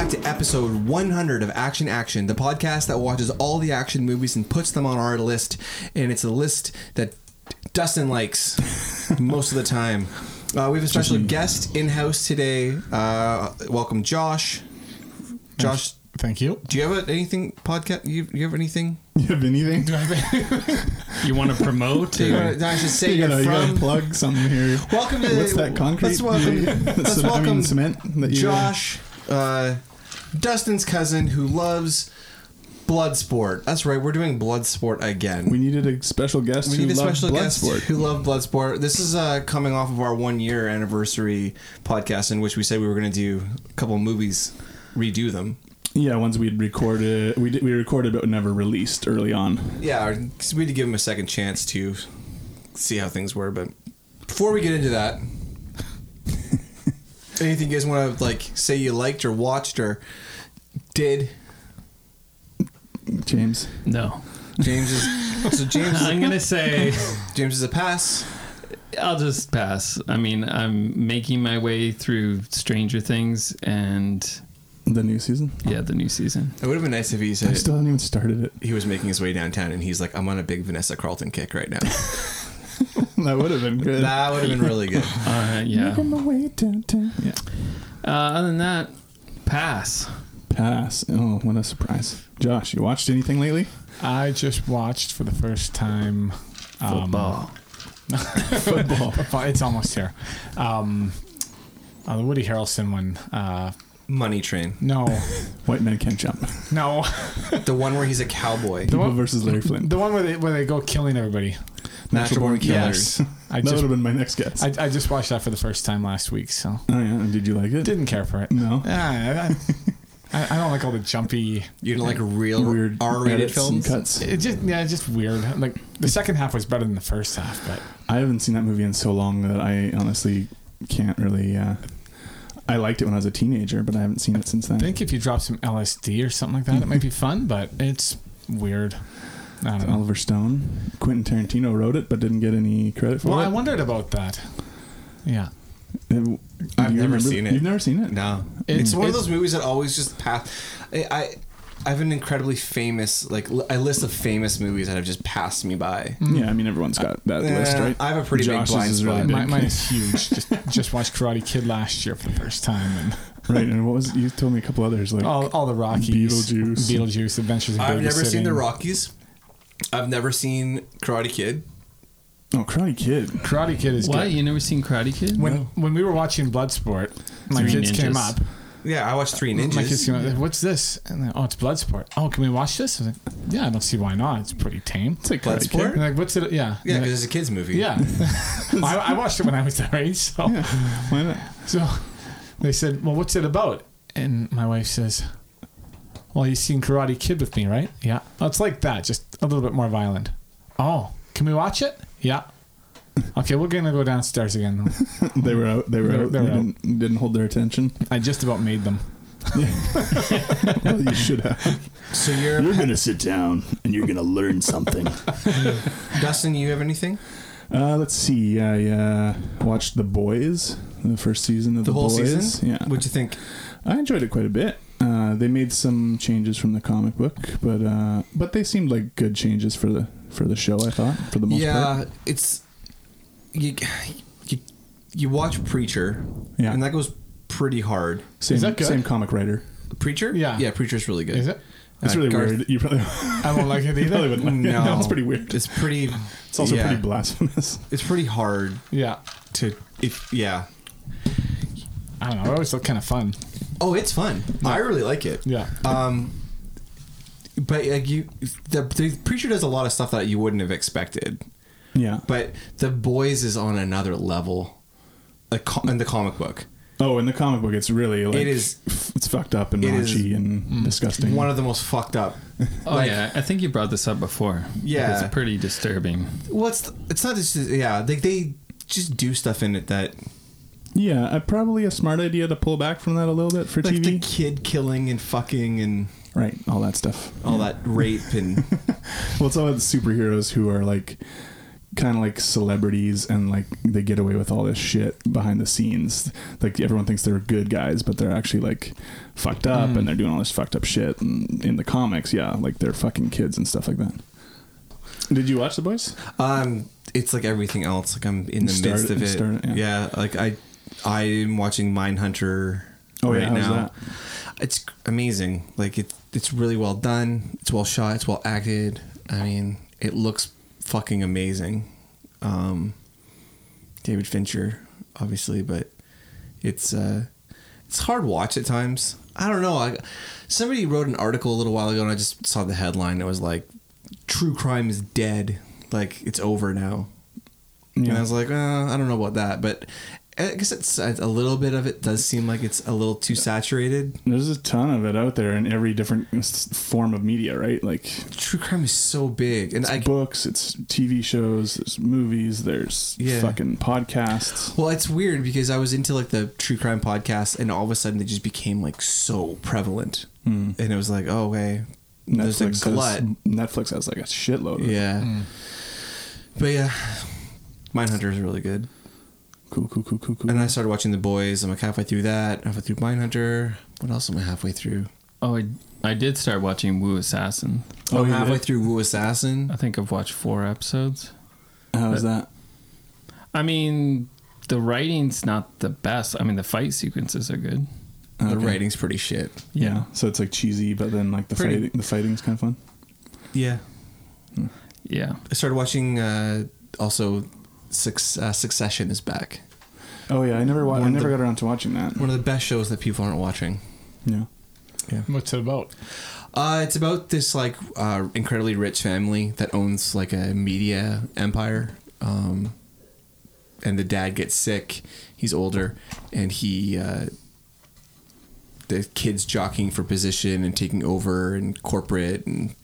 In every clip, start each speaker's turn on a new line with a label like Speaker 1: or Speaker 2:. Speaker 1: episode 100 of Action Action, the podcast that watches all the action movies and puts them on our list. And it's a list that Dustin likes most of the time. Uh, we have a special guest in house today. Uh, welcome, Josh. Josh,
Speaker 2: Thank you.
Speaker 1: do you have a, anything podcast? You, you have anything?
Speaker 2: You have anything?
Speaker 3: You want to promote?
Speaker 1: Do you
Speaker 3: or-
Speaker 1: wanna- I should say
Speaker 2: You
Speaker 1: you're
Speaker 2: gotta, you gotta
Speaker 1: from.
Speaker 2: plug something here.
Speaker 1: Welcome to
Speaker 2: What's that concrete?
Speaker 1: Let's welcome,
Speaker 2: you-
Speaker 1: let's
Speaker 2: cement- I
Speaker 1: welcome
Speaker 2: mean, cement that you
Speaker 1: Josh, uh, Dustin's cousin who loves Bloodsport. That's right, we're doing Bloodsport again.
Speaker 2: We needed a special guest
Speaker 1: We
Speaker 2: who
Speaker 1: need a
Speaker 2: loved
Speaker 1: special guest
Speaker 2: Bloodsport.
Speaker 1: who loved Bloodsport. This is uh, coming off of our one year anniversary podcast in which we said we were going to do a couple movies, redo them.
Speaker 2: Yeah, ones we'd recorded, we did, we recorded but never released early on.
Speaker 1: Yeah, or- 'cause we had to give him a second chance to see how things were. But before we get into that, anything you guys want to like say you liked or watched or did?
Speaker 2: James,
Speaker 3: no.
Speaker 1: James is so James.
Speaker 3: I'm going to say
Speaker 1: James is a pass.
Speaker 3: I'll just pass. I mean, I'm making my way through Stranger Things and
Speaker 2: the new season.
Speaker 3: yeah, the new season.
Speaker 1: It would have been nice if he
Speaker 2: I
Speaker 1: said
Speaker 2: still haven't even started it.
Speaker 1: he was making his way downtown and he's like, "I'm on a big Vanessa Carlton kick right now."
Speaker 2: that would have been good.
Speaker 1: that would have been really good.
Speaker 3: Uh, yeah.
Speaker 2: Making my way downtown. Yeah.
Speaker 3: Uh, other than that, pass.
Speaker 2: Pass. Oh, what a surprise. Josh, you watched anything lately?
Speaker 4: I just watched for the first time um,
Speaker 3: Football.
Speaker 2: Football.
Speaker 4: football- It's almost here. Um, uh, the Woody Harrelson one. Uh,
Speaker 1: Money Train,
Speaker 4: no,
Speaker 2: White men can't jump.
Speaker 4: no,
Speaker 1: the one where he's a cowboy.
Speaker 2: People
Speaker 4: one-
Speaker 2: versus Larry Flint.
Speaker 4: the one where they where they go killing everybody.
Speaker 1: Natural Born Killers.
Speaker 4: Yes, I
Speaker 2: That would
Speaker 4: just
Speaker 2: have been my next guess.
Speaker 4: I, I just watched that for the first time last week, so
Speaker 2: oh yeah. and Did you like it?
Speaker 4: didn't care for it.
Speaker 2: No.
Speaker 4: Yeah, I, I, I don't like all the jumpy.
Speaker 1: You know, like real
Speaker 2: Weird
Speaker 1: Uh, R-rated
Speaker 2: edits and
Speaker 1: films.
Speaker 2: cuts.
Speaker 4: It just yeah, it's just weird. Like the second half was better than the first half, but
Speaker 2: I haven't seen that movie in so long that I honestly can't really. Uh, I liked it when I was a teenager, but I haven't seen it since then.
Speaker 4: I think if you drop some LSD or something like that, it might be fun. But it's weird. I don't know.
Speaker 2: Oliver Stone, Quentin Tarantino wrote it, but didn't get any credit for
Speaker 4: Well,
Speaker 2: it.
Speaker 4: I wondered about that. Yeah.
Speaker 2: It-
Speaker 1: I've
Speaker 2: you
Speaker 1: never
Speaker 2: remember-
Speaker 1: seen it.
Speaker 2: You've never seen it?
Speaker 1: No, it's,
Speaker 4: It's-
Speaker 1: one of
Speaker 4: it's-
Speaker 1: those movies that always just pass. I, I, I have an incredibly famous like l- a list of famous movies that have just passed me by.
Speaker 2: Yeah, I mean everyone's got that
Speaker 1: Yeah,
Speaker 2: list, right?
Speaker 1: I have a pretty big
Speaker 2: Josh's
Speaker 1: blind
Speaker 2: is really
Speaker 1: spot.
Speaker 2: big.
Speaker 4: Mi- mine is huge. just, just watched Karate Kid last year for the first time, and
Speaker 2: right, and what was you told me a couple others like
Speaker 1: Oh.
Speaker 4: all, all the Rockies,
Speaker 2: Beetlejuice.
Speaker 4: Beetlejuice, Adventures in
Speaker 1: I've never seen
Speaker 4: Babysitting.
Speaker 1: The Rockies. I've never seen Karate Kid.
Speaker 2: oh Karate Kid.
Speaker 4: Karate Kid is
Speaker 3: What?
Speaker 4: good.
Speaker 3: You never seen Karate Kid?
Speaker 4: When when we were watching Bloodsport, my
Speaker 3: Three
Speaker 4: kids came
Speaker 3: ninjas.
Speaker 4: up.
Speaker 1: Yeah, I watched Three
Speaker 4: My
Speaker 1: Ninjas.
Speaker 4: kids came up. What's this? And they're, oh, it's Bloodsport. Oh, can we watch this? I was like, yeah, I don't see why not. It's pretty tame.
Speaker 2: It's like Karate
Speaker 1: Bloodsport?
Speaker 2: Kid.
Speaker 4: And they're like, what's it? Yeah,
Speaker 1: Yeah, because
Speaker 4: And they're
Speaker 1: it's a kids movie.
Speaker 4: like, yeah. I, I watched it when I was their age, so
Speaker 2: Why not?
Speaker 4: So they said, Well, what's it about? And my wife says, Well, you've seen Karate Kid with me, right? Yeah. Oh, it's like that, just a little bit more violent. Oh, can we watch it? Yeah. Okay, we're going to go downstairs again.
Speaker 2: They were out. They were
Speaker 4: They're-
Speaker 2: out.
Speaker 4: they're
Speaker 2: they
Speaker 4: out.
Speaker 2: Didn't, didn't hold their attention.
Speaker 4: I just about made them.
Speaker 2: well, you should have.
Speaker 1: So you're
Speaker 2: gonna sit down and you're gonna learn something.
Speaker 1: Dustin. You have anything?
Speaker 2: Uh, let's see. I uh, watched The Boys, the first season of The,
Speaker 1: The whole
Speaker 2: Boys.
Speaker 1: season?
Speaker 2: Yeah,
Speaker 1: What'd you think?
Speaker 2: I enjoyed it quite a bit. Uh, they made some changes from the comic book, but uh, but they seemed like good changes for the for the show. I thought for the most part.
Speaker 1: Yeah, it's you, you. You watch Preacher,
Speaker 2: Yeah.
Speaker 1: and that goes pretty hard.
Speaker 2: Same,
Speaker 4: Is that good?
Speaker 2: same comic writer.
Speaker 1: Preacher?
Speaker 4: Yeah.
Speaker 1: yeah. Preacher's really good.
Speaker 4: Is it?
Speaker 2: It's
Speaker 1: Uh,
Speaker 2: really
Speaker 1: Garth-
Speaker 2: weird. You probably
Speaker 4: I won't like it
Speaker 2: you probably
Speaker 4: either.
Speaker 2: wouldn't. Like
Speaker 1: No.
Speaker 2: it. no, it's pretty weird.
Speaker 1: It's pretty.
Speaker 2: It's also
Speaker 1: yeah.
Speaker 2: pretty blasphemous.
Speaker 1: It's pretty hard
Speaker 4: Yeah.
Speaker 1: to if yeah.
Speaker 4: I don't know. It always looked kind of fun.
Speaker 1: Oh, it's fun. I really like it.
Speaker 4: Yeah.
Speaker 1: Um, but like you, the, the preacher does a lot of stuff that you wouldn't have expected.
Speaker 2: Yeah.
Speaker 1: But the boys is on another level, like co- in the comic book.
Speaker 2: oh, in the comic book, it's really like
Speaker 1: It is-
Speaker 2: f- It's fucked up and
Speaker 1: It is Mm.
Speaker 2: raunchy and disgusting.
Speaker 1: One of the most fucked up.
Speaker 3: Oh, yeah. I think you brought this up before.
Speaker 1: Yeah.
Speaker 3: It's pretty disturbing.
Speaker 1: What's the, it's not just yeah. Like they just do stuff in it that
Speaker 2: yeah, uh, probably a smart idea to pull back from that a little bit for
Speaker 1: like
Speaker 2: TV.
Speaker 1: the kid killing and fucking and
Speaker 2: right, all that stuff.
Speaker 1: all that rape and
Speaker 2: Well, it's all the superheroes who are like kind of like celebrities and like they get away with all this shit behind the scenes. Like everyone thinks they're good guys, but they're actually like fucked up
Speaker 4: Mm.
Speaker 2: and they're doing all this fucked up shit. And in the comics, yeah, like they're fucking kids and stuff like that. Did you watch The Boys?
Speaker 1: Um, it's like everything else. Like I'm in the
Speaker 2: Start
Speaker 1: midst
Speaker 2: it-
Speaker 1: of it.
Speaker 2: start it,
Speaker 1: yeah. like I, I'm watching Mindhunter
Speaker 2: Oh,
Speaker 1: right
Speaker 2: yeah, how's
Speaker 1: now.
Speaker 2: that?
Speaker 1: It's amazing. Like it's it's really well done. It's well shot. It's well acted. I mean, it looks fucking amazing. Um, David Fincher, obviously, but it's uh, it's hard watch at times. I don't know. I, somebody wrote an article a little while ago, and I just saw the headline. It was like, "True crime is dead. Like it's over now." And I was like, uh, I don't know about that, but I guess it's it's a little bit of it does seem like it's a little too saturated.
Speaker 2: There's a ton of it out there in every different s- form of media, right? Like
Speaker 1: True crime is so big, and I
Speaker 2: books, it's TV shows, there's movies, there's
Speaker 1: Yeah.
Speaker 2: fucking podcasts.
Speaker 1: well, it's weird because I was into like the true crime podcast, and all of a sudden they just became like so prevalent,
Speaker 2: Mm.
Speaker 1: and it was like, oh, okay, there's a glut,
Speaker 2: has, Netflix has like a shitload. Of
Speaker 1: yeah. But yeah, Mindhunter is really good.
Speaker 2: Cool, cool, cool, cool, cool.
Speaker 1: And I started watching The Boys. I'm like halfway through that. Halfway through Mindhunter. What else am I halfway through?
Speaker 3: Oh, I, I did start watching Wu Assassin.
Speaker 2: Oh,
Speaker 1: I'm
Speaker 2: you
Speaker 1: halfway
Speaker 2: did?
Speaker 1: through Wu Assassin.
Speaker 3: I think I've watched four episodes.
Speaker 2: How's that?
Speaker 3: I mean, the writing's not the best. I mean, the fight sequences are good.
Speaker 1: The
Speaker 2: Okay.
Speaker 1: writing's pretty shit.
Speaker 2: Yeah. So it's like cheesy, but then like the
Speaker 1: Pretty-
Speaker 2: fighting, the fighting's kind of fun.
Speaker 1: Yeah.
Speaker 3: Yeah.
Speaker 1: I started watching uh, also Suc- uh, Succession is back.
Speaker 2: Oh yeah, I never wa- I
Speaker 1: One of
Speaker 2: never
Speaker 1: the-
Speaker 2: got around to watching that.
Speaker 1: One of the best shows that people aren't watching.
Speaker 2: Yeah.
Speaker 4: What's it about?
Speaker 1: Uh, it's about this like uh, incredibly rich family that owns like a media empire, um, and the dad gets sick. He's older, and he uh, the kids jockeying for position and taking over and corporate and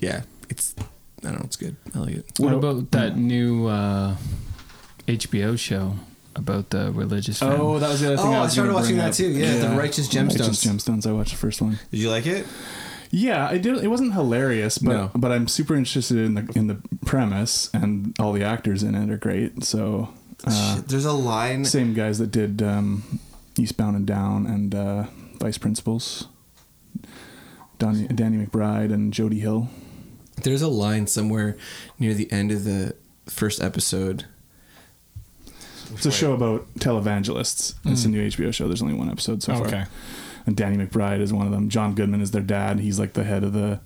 Speaker 1: yeah, it's I don't know, it's good. I like it.
Speaker 3: What
Speaker 2: Oh,
Speaker 3: about that new uh, HBO show about the religious?
Speaker 2: Oh,
Speaker 3: family?
Speaker 2: that was the other thing.
Speaker 1: Oh, I
Speaker 2: was
Speaker 1: started
Speaker 2: gonna
Speaker 1: watching
Speaker 2: bring
Speaker 1: that
Speaker 2: up.
Speaker 1: too, yeah, The Righteous
Speaker 2: Righteous Gemstones. I watched the first one.
Speaker 1: Did you like it?
Speaker 2: Yeah, I did. It wasn't hilarious, but
Speaker 1: No.
Speaker 2: but I'm super interested in the in the premise, and all the actors in it are great. So uh,
Speaker 1: Shit, There's a line.
Speaker 2: same guys that did um, Eastbound and Down and uh, Vice Principals, Donny, Danny McBride and Jody Hill.
Speaker 1: There's a line somewhere near the end of the first episode.
Speaker 2: It's a show about televangelists. It's
Speaker 1: Mm.
Speaker 2: a new HBO show. There's only one episode
Speaker 1: Oh,
Speaker 2: so far.
Speaker 4: okay.
Speaker 2: And Danny McBride is one of them. John Goodman is their dad. He's like the head of the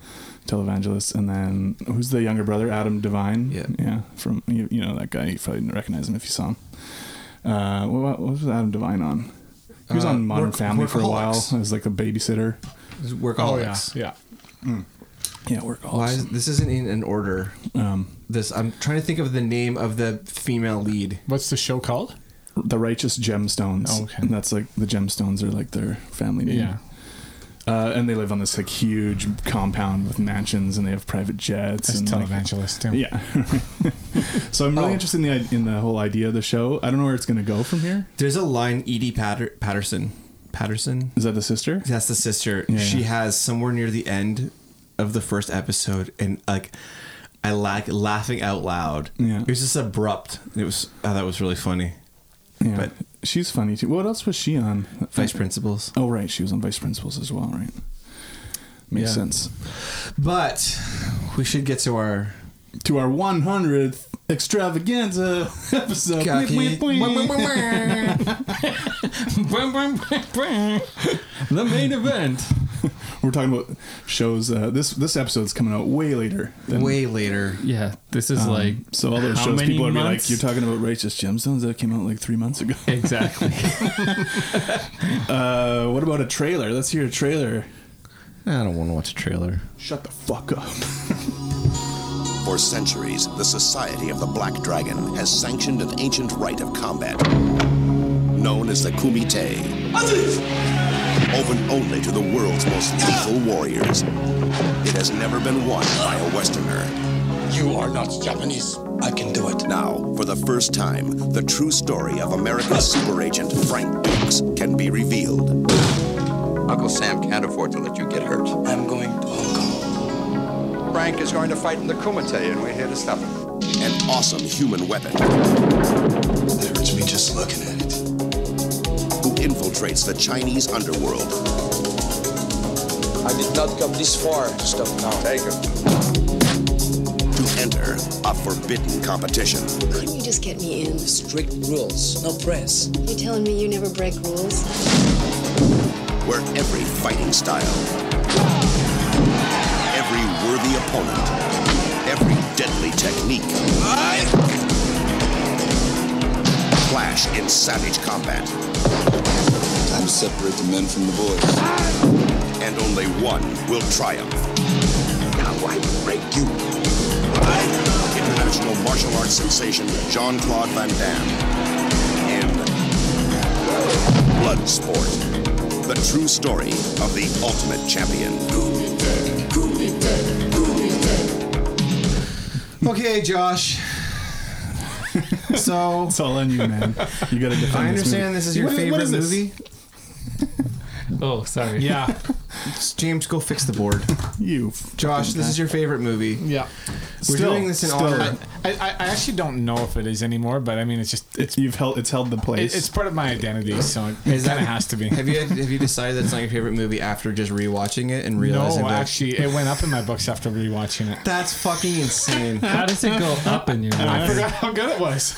Speaker 2: televangelists. And then who's the younger brother? Adam Devine.
Speaker 1: Yeah.
Speaker 2: yeah. From you, you know that guy. You probably didn't recognize him if you saw him. Uh, what, what was Adam Devine on? He was
Speaker 1: Uh,
Speaker 2: on Modern
Speaker 1: Work-
Speaker 2: Family for a while
Speaker 1: Workaholics.
Speaker 2: as like a babysitter.
Speaker 4: Oh yeah,
Speaker 1: Workaholics.
Speaker 4: yeah.
Speaker 2: Yeah, workaholics.
Speaker 1: Why is, this isn't in an order?
Speaker 2: um,
Speaker 1: This I'm trying to think of the name of the female lead.
Speaker 4: What's the show called?
Speaker 2: the righteous gemstones.
Speaker 4: Oh, okay.
Speaker 2: And that's like the gemstones are like their family name.
Speaker 4: Yeah.
Speaker 2: Uh, and they live on this like huge compound with mansions, and they have private jets.
Speaker 4: It's
Speaker 2: and, like,
Speaker 4: televangelist. yeah.
Speaker 2: Yeah. so I'm really
Speaker 1: Oh.
Speaker 2: interested in the i- in the whole idea of the show. I don't know where it's going to go from here.
Speaker 1: There's a line Edie Patter- Patterson. Patterson.
Speaker 2: Is that the sister?
Speaker 1: That's the sister.
Speaker 2: Yeah.
Speaker 1: She has somewhere near the end of the first episode, and like I like laughing out loud.
Speaker 2: Yeah.
Speaker 1: It was just abrupt. It was oh, that was really funny.
Speaker 2: Yeah.
Speaker 1: But-
Speaker 2: she's funny too. What else was she on?
Speaker 1: Vice principals.
Speaker 2: Oh right, she was on Vice Principals as well, right? Makes
Speaker 1: Yeah.
Speaker 2: sense.
Speaker 1: But we should get to our
Speaker 2: To our 100th extravaganza episode. Bleep, bleep, bleep.
Speaker 1: the main event.
Speaker 2: We're talking about shows. Uh, this this episode's coming out way later. Than,
Speaker 1: Way later.
Speaker 3: yeah. This is
Speaker 2: um,
Speaker 3: like
Speaker 2: so all those
Speaker 3: how
Speaker 2: shows
Speaker 3: many
Speaker 2: people are be like,
Speaker 3: months?
Speaker 2: you're talking about Righteous Gemstones that came out like three months ago.
Speaker 3: exactly.
Speaker 2: Uh, what about a trailer? Let's hear a trailer.
Speaker 1: I don't want to watch a trailer.
Speaker 2: Shut the fuck up.
Speaker 5: For centuries, the Society of the Black Dragon has sanctioned an ancient rite of combat known as the Kumite. Open only to the world's most lethal warriors. It has never been won by a Westerner.
Speaker 6: You are not Japanese. I can do it.
Speaker 5: Now, for the first time, the true story of American super agent Frank Dukes can be revealed.
Speaker 7: Uncle Sam can't afford to let you get hurt.
Speaker 6: I'm going to Hong Kong.
Speaker 7: Frank is going to fight in the Kumite, and we're here to stop him.
Speaker 5: an awesome human weapon
Speaker 6: It hurts me just looking at it.
Speaker 5: who infiltrates the Chinese underworld
Speaker 8: I did not come this far to stop now.
Speaker 7: Take him.
Speaker 5: to enter a forbidden competition.
Speaker 9: Couldn't you just get me in?
Speaker 8: Strict rules, no press.
Speaker 9: You're telling me you never break rules?
Speaker 5: where every fighting style, every worthy opponent, every deadly technique clash in savage combat,
Speaker 6: Time to separate the men from the boys.
Speaker 5: and only one will triumph. Now I break you. International martial arts sensation Jean Claude Van Damme in Bloodsport, the true story of the ultimate champion.
Speaker 1: Okay, Josh. So
Speaker 2: It's all on you, man. You got to defend.
Speaker 1: I understand this is your
Speaker 2: What is- what
Speaker 1: favorite
Speaker 2: is this?
Speaker 1: movie.
Speaker 3: Oh, sorey.
Speaker 4: Yeah.
Speaker 1: James, go fix the board.
Speaker 2: You,
Speaker 1: Josh, this is your favorite movie.
Speaker 4: yeah.
Speaker 1: We're doing this in honor.
Speaker 4: I, I, I actually don't know if it is anymore, but I mean, it's just,
Speaker 2: It's you've held. It's held the place.
Speaker 4: it, it's part of my identity, so it kind of has to be.
Speaker 1: Have you have you decided that's not your favorite movie after just rewatching it and realizing
Speaker 4: No,
Speaker 1: that-
Speaker 4: actually, it went up in my books after rewatching it.
Speaker 1: that's fucking insane.
Speaker 3: How does it go up in your
Speaker 4: I
Speaker 3: mind?
Speaker 4: forgot how good it was.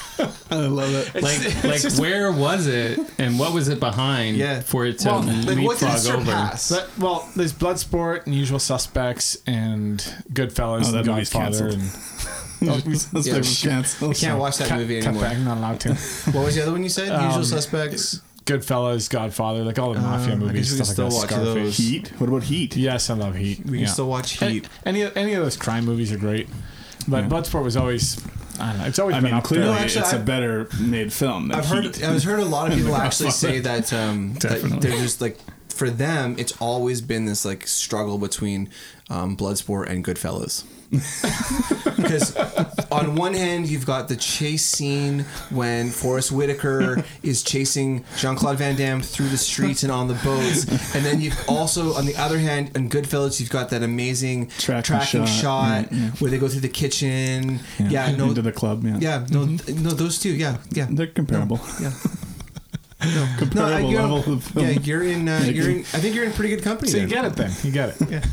Speaker 2: I love it.
Speaker 3: Like, like where was it and what was it behind
Speaker 1: Yeah.
Speaker 3: for it to
Speaker 4: Well,
Speaker 1: like what did it
Speaker 3: leapfrog over?
Speaker 1: surpass?
Speaker 4: But, well, there's Bloodsport and Usual Suspects and Goodfellas
Speaker 2: Oh, that
Speaker 4: and
Speaker 2: movie's
Speaker 4: Godfather
Speaker 2: canceled.
Speaker 4: and
Speaker 2: That's
Speaker 1: Yeah,
Speaker 2: like
Speaker 1: sh-
Speaker 2: canceled.
Speaker 1: I can't watch that
Speaker 4: Cut-
Speaker 1: movie
Speaker 4: cut
Speaker 1: anymore.
Speaker 4: back, not allowed to.
Speaker 1: What was the other one you said? Usual
Speaker 4: Um,
Speaker 1: Suspects.
Speaker 4: Goodfellas, Godfather, like all the mafia
Speaker 1: Um, I
Speaker 4: movies,
Speaker 1: guess we
Speaker 4: stuff
Speaker 1: can still
Speaker 4: like that.
Speaker 1: watch
Speaker 4: Scarface.
Speaker 1: those.
Speaker 2: Heat. What about Heat?
Speaker 4: Yes, I love Heat.
Speaker 1: We can still watch Heat.
Speaker 4: Any any of those crime movies are great, but
Speaker 2: Yeah.
Speaker 4: Bloodsport was always. I don't know. It's always
Speaker 2: I
Speaker 4: been
Speaker 2: mean,
Speaker 4: up there.
Speaker 2: clearly
Speaker 1: No, actually,
Speaker 2: it's a
Speaker 1: I've-
Speaker 2: better made film than
Speaker 1: I've
Speaker 2: Heat. Oh
Speaker 1: heard I've heard a lot of uh, people actually say that, um, that
Speaker 3: Definitely.
Speaker 1: they're just like for them it's always been this like struggle between um, Bloodsport and Goodfellas. Because on one hand you've got the chase scene when Forrest Whitaker is chasing Jean Claude Van Damme through the streets and on the boats, and then you've also on the other hand in Goodfellas you've got that amazing
Speaker 2: Tracking
Speaker 1: tracking shot,
Speaker 2: shot, right, yeah.
Speaker 1: where they go through the kitchen.
Speaker 2: Yeah.
Speaker 1: Yeah, no,
Speaker 2: Into the Mm-hmm. club, yeah.
Speaker 1: yeah, no, th- no, those two, yeah, yeah,
Speaker 2: They're comparable.
Speaker 1: yeah.
Speaker 2: Comparable
Speaker 1: you're-
Speaker 2: level of film.
Speaker 1: Yeah, you're in. Uh,
Speaker 2: Making.
Speaker 1: you're in. I think you're in pretty good company.
Speaker 4: So you
Speaker 1: then.
Speaker 4: get it then. You get it.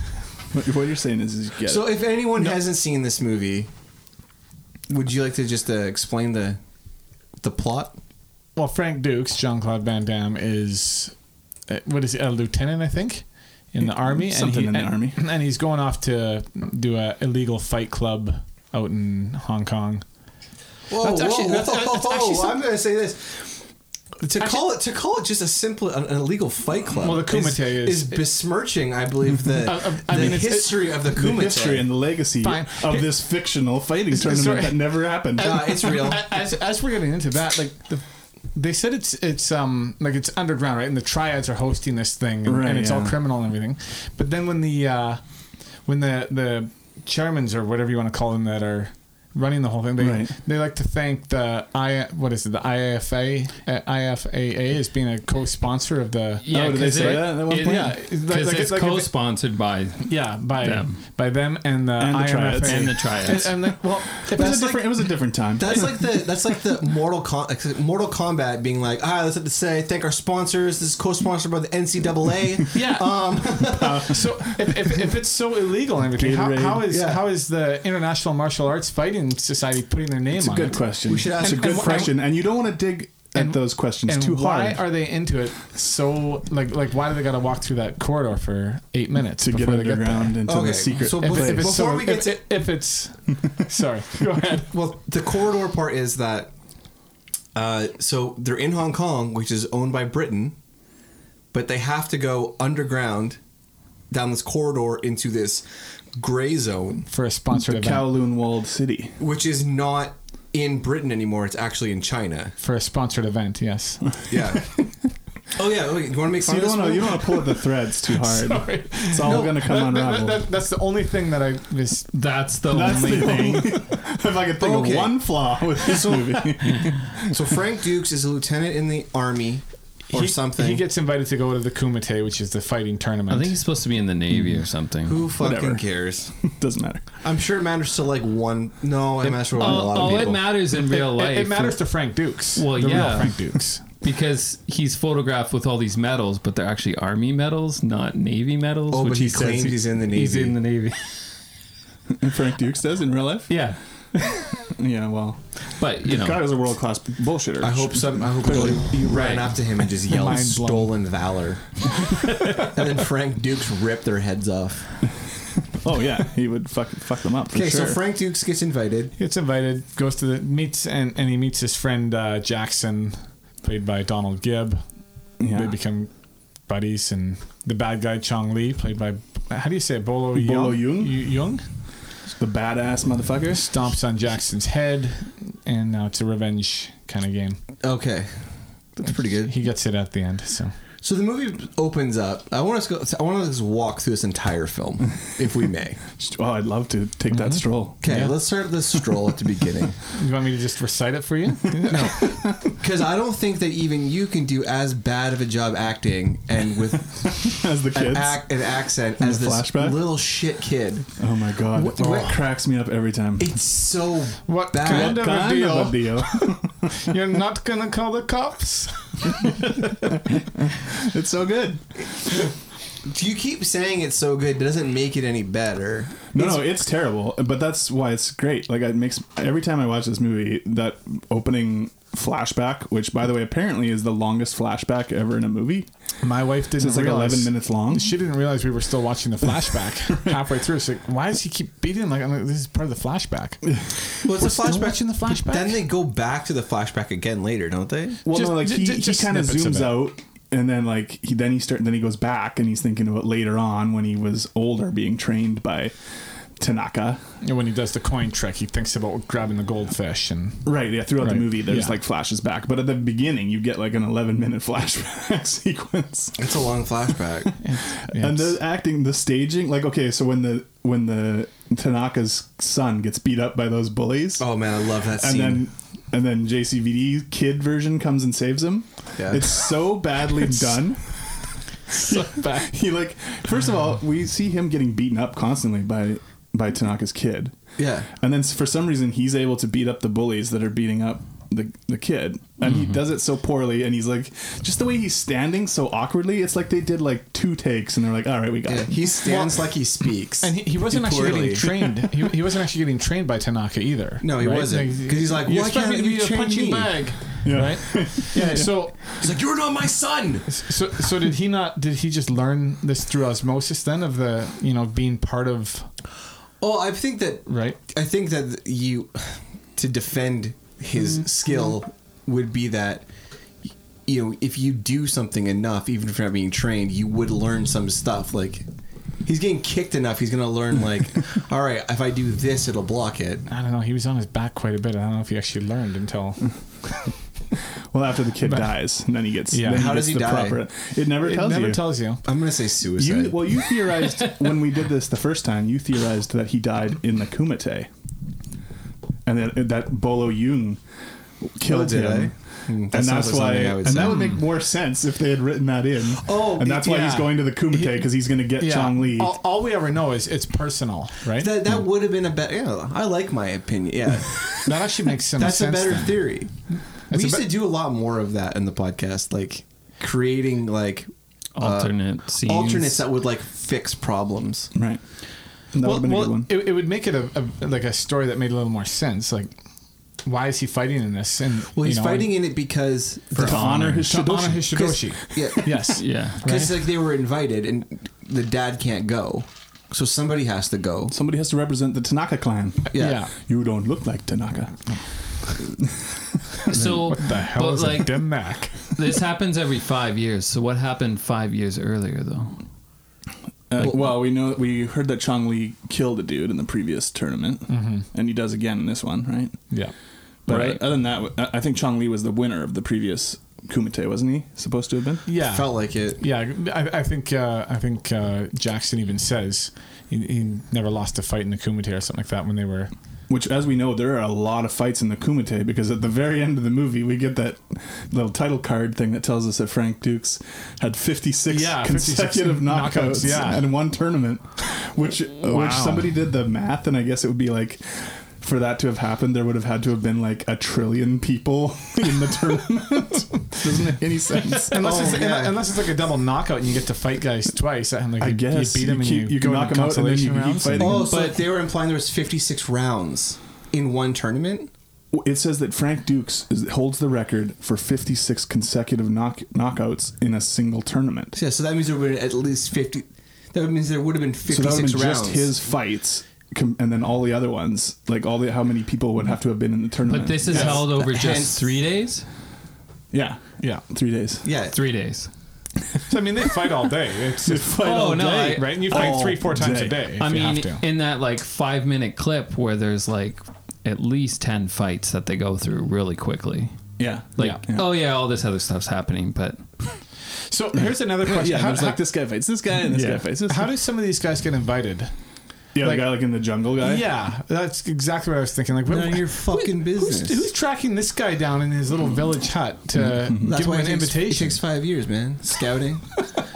Speaker 2: What what you're saying is, is you get
Speaker 1: So
Speaker 2: it.
Speaker 1: if anyone hasn't seen this movie, would you like to just uh, explain the the plot?
Speaker 4: Well, Frank Dukes, Jean Claude Van Damme is uh, what is he, a lieutenant, I think, in the army.
Speaker 2: Something in the
Speaker 4: and,
Speaker 2: army.
Speaker 4: and he's going off to do a illegal fight club out in Hong Kong.
Speaker 1: Whoa,
Speaker 4: That's actually- that's- that's actually some-
Speaker 1: I'm going to say this. To call it to call it just a simple an illegal fight club.
Speaker 4: Well, the Kumite
Speaker 1: is,
Speaker 4: is-
Speaker 1: besmirching, I believe, the
Speaker 4: Uh, uh, I
Speaker 1: the
Speaker 4: mean, it's-
Speaker 1: history of the
Speaker 2: the
Speaker 1: Kumite.
Speaker 2: history and the legacy
Speaker 4: Fine.
Speaker 2: of this fictional fighting tournament
Speaker 4: sorry.
Speaker 2: that never happened.
Speaker 1: Uh, it's real.
Speaker 4: As, as we're getting into that, like the. They said it's it's um like it's underground, right? And the triads are hosting this thing, and,
Speaker 2: Right,
Speaker 4: and it's all
Speaker 2: yeah.
Speaker 4: criminal and everything. But then when the uh, when the the chairmans or whatever you want to call them that are running the whole thing, they
Speaker 2: Right.
Speaker 4: they like to thank the I what is it the IFA uh, IFAA as being a co-sponsor of the
Speaker 3: Yeah,
Speaker 2: Oh, did they
Speaker 3: 'cause
Speaker 2: say
Speaker 3: it-
Speaker 2: that at one
Speaker 3: it-
Speaker 2: point?
Speaker 4: yeah, it's like-
Speaker 3: because
Speaker 4: like-
Speaker 3: it's
Speaker 4: like if it-
Speaker 3: co-sponsored by
Speaker 4: yeah by
Speaker 3: Them.
Speaker 4: by them and the
Speaker 2: And the
Speaker 4: IFA
Speaker 2: triads.
Speaker 3: and the
Speaker 4: and,
Speaker 3: triads.
Speaker 4: and like, well
Speaker 2: it, was
Speaker 1: that's
Speaker 2: a different,
Speaker 1: like-
Speaker 2: it was a different time.
Speaker 1: That's like the that's like the Mortal Com- like, Mortal Kombat being like, ah, let's have to say thank our sponsors. This is co-sponsored by the NCAA.
Speaker 4: Yeah. Um, so if, if, if it's so illegal and everything, how,
Speaker 2: Gatorade.
Speaker 4: how is
Speaker 1: Yeah.
Speaker 4: how is the International Martial Arts Fighting Society putting their name
Speaker 2: it's a
Speaker 4: on
Speaker 2: good
Speaker 4: it?
Speaker 2: question.
Speaker 1: We should ask
Speaker 2: it's a
Speaker 1: and-
Speaker 2: good
Speaker 4: and wh-
Speaker 2: question, and you don't want to dig at
Speaker 4: and-
Speaker 2: those questions
Speaker 4: And
Speaker 2: too
Speaker 4: why
Speaker 2: hard
Speaker 4: are they into it? So like like why do they got to walk through that corridor for eight minutes
Speaker 2: to get
Speaker 4: before they get
Speaker 2: underground
Speaker 4: there?
Speaker 2: into
Speaker 1: Okay,
Speaker 2: the secret
Speaker 1: so
Speaker 4: If,
Speaker 1: before-
Speaker 2: place.
Speaker 4: if it's
Speaker 1: Before
Speaker 4: so,
Speaker 1: we get
Speaker 4: if, if it's sorry, go ahead.
Speaker 1: Well, the corridor part is that. Uh, so they're in Hong Kong, which is owned by Britain, but they have to go underground down this corridor into this gray zone,
Speaker 4: For a sponsored
Speaker 2: the
Speaker 4: event,
Speaker 2: Kowloon Walled City.
Speaker 1: which is not in Britain anymore. It's actually in China.
Speaker 4: for a sponsored event, yes.
Speaker 1: Yeah. oh yeah. Okay, you want to make
Speaker 2: So
Speaker 1: fun
Speaker 2: you
Speaker 1: of this?
Speaker 2: don't want to
Speaker 1: one?
Speaker 2: you don't want to pull at the threads too hard.
Speaker 4: Sorry.
Speaker 2: It's all going to come
Speaker 4: Oh, That- that-
Speaker 2: unraveled.
Speaker 4: that- that's the only thing that I was.
Speaker 3: That's the
Speaker 2: That's
Speaker 3: only
Speaker 2: the
Speaker 3: thing.
Speaker 2: thing. Oh if I could think
Speaker 1: Okay.
Speaker 2: of one flaw with this movie,
Speaker 1: So Frank Dukes is a lieutenant in the army. or
Speaker 4: he,
Speaker 1: something.
Speaker 4: He gets invited to go to the Kumite, which is the fighting
Speaker 3: I
Speaker 4: tournament.
Speaker 3: think he's supposed to be in the Navy or something.
Speaker 1: Who fucking
Speaker 2: Whatever.
Speaker 1: cares?
Speaker 2: Doesn't matter.
Speaker 1: I'm sure it matters to like one. No, it
Speaker 2: Uh,
Speaker 1: matters to a lot of
Speaker 3: oh,
Speaker 1: people.
Speaker 3: it matters in real
Speaker 4: it,
Speaker 3: life.
Speaker 4: it matters to Frank Dukes.
Speaker 3: Well,
Speaker 4: the
Speaker 3: yeah.
Speaker 4: real Frank Dukes.
Speaker 3: because he's photographed with all these medals, but they're actually Army medals, not Navy medals.
Speaker 1: Oh, but
Speaker 3: which
Speaker 1: he
Speaker 3: says
Speaker 1: claims he's in the
Speaker 3: He's
Speaker 1: Navy.
Speaker 3: in the Navy.
Speaker 2: And Frank Dukes does in real life.
Speaker 3: yeah,
Speaker 2: Yeah, well,
Speaker 3: but you know,
Speaker 2: God is a world class bullshitter.
Speaker 1: I hope some. I hope you, you ran
Speaker 3: Right.
Speaker 1: up to him and just yelled
Speaker 4: Mind blown.
Speaker 1: "stolen valor," and then Frank Dukes ripped their heads off.
Speaker 2: Oh yeah, he would fuck fuck them up for
Speaker 1: Okay,
Speaker 2: sure.
Speaker 1: so Frank Dukes gets invited.
Speaker 4: He gets invited, goes to the meets, and, and he meets his friend uh, Jackson, played by Donald Gibb.
Speaker 2: Yeah.
Speaker 4: They become buddies, and the bad guy Chong Lee, played by how do you say it? Bolo Young?
Speaker 2: Bolo Yung?
Speaker 4: Y- Yung?
Speaker 2: the badass motherfucker.
Speaker 4: stomps on Jackson's head, and now it's a revenge kind of game.
Speaker 1: Okay, that's pretty good.
Speaker 4: He gets it at the end, so
Speaker 1: So the movie opens up. I want us to go. I want us to just walk through this entire film, if we may.
Speaker 2: Oh, I'd love to take that
Speaker 1: Mm-hmm.
Speaker 2: stroll.
Speaker 1: Okay,
Speaker 4: Yeah.
Speaker 1: let's start this stroll at the beginning.
Speaker 4: you want me to just recite it for you?
Speaker 1: Because I don't think that even you can do as bad of a job acting and with
Speaker 2: As the
Speaker 1: an,
Speaker 2: kids.
Speaker 1: ac- an accent
Speaker 2: In
Speaker 1: as
Speaker 2: the
Speaker 1: this
Speaker 2: flashback?
Speaker 1: little shit kid.
Speaker 2: Oh my god,
Speaker 1: What-
Speaker 2: it
Speaker 1: what-
Speaker 2: cracks me up every time.
Speaker 1: It's so
Speaker 4: What
Speaker 1: bad.
Speaker 4: kind of-
Speaker 2: Kind
Speaker 4: deal.
Speaker 2: of a deal.
Speaker 4: You're not gonna call the cops.
Speaker 2: it's so good.
Speaker 1: you keep saying it's so good? It doesn't make it any better.
Speaker 2: No, no, it's terrible, but that's why it's great. Like it makes every time I watch this movie, that opening flashback, which by the way apparently is the longest flashback ever in a movie.
Speaker 4: My wife didn't
Speaker 2: It's like
Speaker 4: realize.
Speaker 2: eleven minutes long.
Speaker 4: She didn't realize we were still watching the flashback halfway through. She's like, "Why does he keep beating?" him? Like, I'm like, "This is part of the flashback."
Speaker 1: Well, it's
Speaker 4: We're still watching the flashback?
Speaker 1: But Then they go back to the flashback again later, don't they?
Speaker 2: Well,
Speaker 4: Just-
Speaker 2: no, like
Speaker 4: ju-
Speaker 2: he,
Speaker 4: ju- just
Speaker 2: he kind of
Speaker 4: snippets of
Speaker 2: zooms
Speaker 4: it.
Speaker 2: out, and then like he then he start then he goes back, and he's thinking about later on when he was older, being trained by Tanaka.
Speaker 4: And when he does the coin trick, he thinks about grabbing the goldfish and
Speaker 2: Right. Yeah. Throughout
Speaker 4: Right,
Speaker 2: the movie, there's
Speaker 4: yeah.
Speaker 2: like flashes back, but at the beginning, you get like an 11 minute flashback sequence.
Speaker 1: It's a long flashback.
Speaker 4: Yes.
Speaker 2: And the acting, the staging, like okay, so when the when the Tanaka's son gets beat up by those bullies,
Speaker 1: oh man, I love that
Speaker 2: and
Speaker 1: scene.
Speaker 2: then and then JCVD kid version comes and saves him.
Speaker 1: Yeah.
Speaker 2: It's so badly done.
Speaker 4: back.
Speaker 2: he like first of all we see him getting beaten up constantly by by tanaka's kid
Speaker 1: yeah.
Speaker 2: and then s- for some reason he's able to beat up the bullies that are beating up the, the kid and
Speaker 1: Mm-hmm.
Speaker 2: he does it so poorly and he's like just the way he's standing so awkwardly it's like they did like two takes and they're like all right we got
Speaker 1: Yeah,
Speaker 2: it
Speaker 1: he stands like he speaks,
Speaker 4: And he, he wasn't actually
Speaker 1: Poorly.
Speaker 4: getting trained. He, he wasn't actually getting trained by Tanaka either.
Speaker 1: No, he wasn't. 'Cause he's like,
Speaker 4: "You
Speaker 1: "Why
Speaker 4: expect me
Speaker 1: can't
Speaker 4: to
Speaker 1: you
Speaker 4: be a
Speaker 1: train
Speaker 4: punching
Speaker 1: me?"
Speaker 4: bag?"
Speaker 2: Yeah.
Speaker 4: Right? yeah. So
Speaker 1: He's like, "You're not my son."
Speaker 4: So, so did he not? Did he just learn this through osmosis then of the you know being part of
Speaker 1: Oh, I think that
Speaker 4: right?
Speaker 1: I think that you to defend his skill would be that you know if you do something enough, even if you're not being trained, you would learn some stuff. Like he's getting kicked enough, he's gonna learn. Like, all right, if I do this, it'll block it.
Speaker 4: I don't know. He was on his back quite a bit. I don't know if he actually learned until
Speaker 1: Mm-hmm.
Speaker 2: well after the kid dies and then he gets
Speaker 4: Yeah.
Speaker 2: then
Speaker 1: How
Speaker 2: gets
Speaker 1: does he
Speaker 2: the
Speaker 1: die?
Speaker 2: it never
Speaker 4: it
Speaker 2: tells
Speaker 4: never
Speaker 2: you
Speaker 4: tells you.
Speaker 1: I'm gonna say suicide.
Speaker 2: you well you theorized when we did this the first time you theorized that he died in the kumite and that, that bolo Yung
Speaker 1: Oh,
Speaker 2: killed
Speaker 1: did
Speaker 2: him
Speaker 1: I? Hmm, that
Speaker 2: and
Speaker 1: sounds
Speaker 2: that's
Speaker 1: like
Speaker 2: why,
Speaker 1: something I would
Speaker 2: and
Speaker 1: say. Hmm.
Speaker 2: that would make more sense if they had written that in.
Speaker 1: Oh,
Speaker 2: and that's why
Speaker 4: yeah.
Speaker 2: he's going to the Kumite because he's going to get Chong Li.
Speaker 4: All, all we ever know is it's personal, right? Mm. That,
Speaker 1: That that would have been a better. Yeah, I like my opinion. Yeah,
Speaker 4: actually makes some
Speaker 1: that's a
Speaker 4: sense.
Speaker 1: better
Speaker 4: then.
Speaker 1: theory.
Speaker 4: That's
Speaker 1: we
Speaker 4: a
Speaker 1: used
Speaker 4: be-
Speaker 1: to do a lot more of that in the podcast, like creating like Uh,
Speaker 3: alternate scenes.
Speaker 1: alternates that would like fix problems.
Speaker 2: Right. That
Speaker 4: Well,
Speaker 2: would have been a good
Speaker 4: well
Speaker 2: one.
Speaker 4: it, it would make it a, a like a story that made a little more sense. Like, why is he fighting in this? And
Speaker 1: Well, he's
Speaker 4: you know,
Speaker 1: fighting in it because
Speaker 2: to honor his
Speaker 4: to honor
Speaker 2: Shidoshi.
Speaker 4: his shidoshi.
Speaker 1: yeah,
Speaker 4: Yes.
Speaker 3: Yeah.
Speaker 1: because like they were invited and the dad can't go, so somebody has to go.
Speaker 2: Somebody has to represent the Tanaka clan.
Speaker 1: Yeah.
Speaker 4: yeah.
Speaker 2: You don't look like Tanaka.
Speaker 3: So,
Speaker 4: What the hell
Speaker 3: but
Speaker 4: is like, a
Speaker 3: like
Speaker 4: Denmark?
Speaker 3: this happens every five years. So what happened five years earlier though?
Speaker 2: Uh, well, we know we heard that Chong Li killed a dude in the previous tournament,
Speaker 1: Mm-hmm.
Speaker 2: and he does again in this one, right?
Speaker 4: Yeah.
Speaker 2: But
Speaker 3: Right.
Speaker 2: other than that, I I think Chong Li was the winner of the previous Kumite, wasn't he? Supposed to have been.
Speaker 4: Yeah.
Speaker 1: felt like it.
Speaker 4: Yeah, I, I think uh, I think uh, Jackson even says he, he never lost a fight in the Kumite or something like that when they were
Speaker 2: Which, as we know, there are a lot of fights in the Kumite because at the very end of the movie, we get that little title card thing that tells us that Frank Dukes had 56
Speaker 4: Yeah, 56
Speaker 2: consecutive knockouts,
Speaker 4: knockouts, yeah.
Speaker 2: and one tournament, which
Speaker 4: Wow.
Speaker 2: which somebody did the math, and I guess it would be like for that to have happened, there would have had to have been like a trillion people in the tournament. Doesn't make any sense.
Speaker 4: Unless,
Speaker 1: Oh,
Speaker 4: it's,
Speaker 1: yeah.
Speaker 4: unless- unless it's like a double knockout and you get to fight guys twice, and like
Speaker 2: I
Speaker 4: you,
Speaker 2: guess
Speaker 4: you beat them
Speaker 2: you keep-
Speaker 4: and you,
Speaker 2: you can
Speaker 4: go
Speaker 2: knock
Speaker 4: into
Speaker 2: 'em out and then you
Speaker 4: consolation
Speaker 2: keep
Speaker 4: rounds and-
Speaker 2: fighting.
Speaker 1: Oh, so they were implying there was 56 rounds in one tournament.
Speaker 2: It says that Frank Dukes is, holds the record for 56 consecutive knock, knockouts in a single tournament.
Speaker 1: Yeah, so that means there would at least 50. That means there would have been
Speaker 2: So that
Speaker 1: 56
Speaker 2: would have been
Speaker 1: rounds.
Speaker 2: just his fights, com- and then all the other ones, like all the how many people would have to have been in the tournament.
Speaker 3: But this is
Speaker 1: Yes.
Speaker 3: held over
Speaker 1: Hence-
Speaker 3: just three days.
Speaker 2: yeah,
Speaker 4: Yeah.
Speaker 2: three days.
Speaker 1: Yeah,
Speaker 3: Three days.
Speaker 4: So, I mean, they fight all day. It's
Speaker 2: You
Speaker 4: just,
Speaker 2: fight
Speaker 3: Oh,
Speaker 2: all
Speaker 3: no,
Speaker 2: day.
Speaker 3: I-
Speaker 4: right? And you fight
Speaker 2: All
Speaker 4: three, four times a day. If
Speaker 3: I
Speaker 4: you
Speaker 3: mean,
Speaker 4: have to.
Speaker 3: in that like five minute clip where there's like at least ten fights that they go through really quickly.
Speaker 2: Yeah,
Speaker 3: Like,
Speaker 2: yeah.
Speaker 3: oh yeah, all this other stuff's happening, but
Speaker 4: so here's another
Speaker 2: Yeah,
Speaker 4: question:
Speaker 2: there's
Speaker 4: how,
Speaker 2: like this guy fights this guy and this
Speaker 4: how-
Speaker 2: guy fights this.
Speaker 4: how
Speaker 2: guy.
Speaker 4: do some of these guys get invited?
Speaker 2: yeah,
Speaker 4: like-
Speaker 2: the guy like in the jungle guy.
Speaker 4: Yeah, that's exactly what I was thinking. Like,
Speaker 1: None of your
Speaker 4: who-
Speaker 1: fucking
Speaker 4: who's-
Speaker 1: business.
Speaker 4: Who's, tracking this guy down in his little village hut to
Speaker 2: Mm-hmm.
Speaker 1: That's
Speaker 4: give him
Speaker 1: why
Speaker 4: an
Speaker 1: it takes, It
Speaker 4: invitation?
Speaker 1: takes five years, man. Scouting.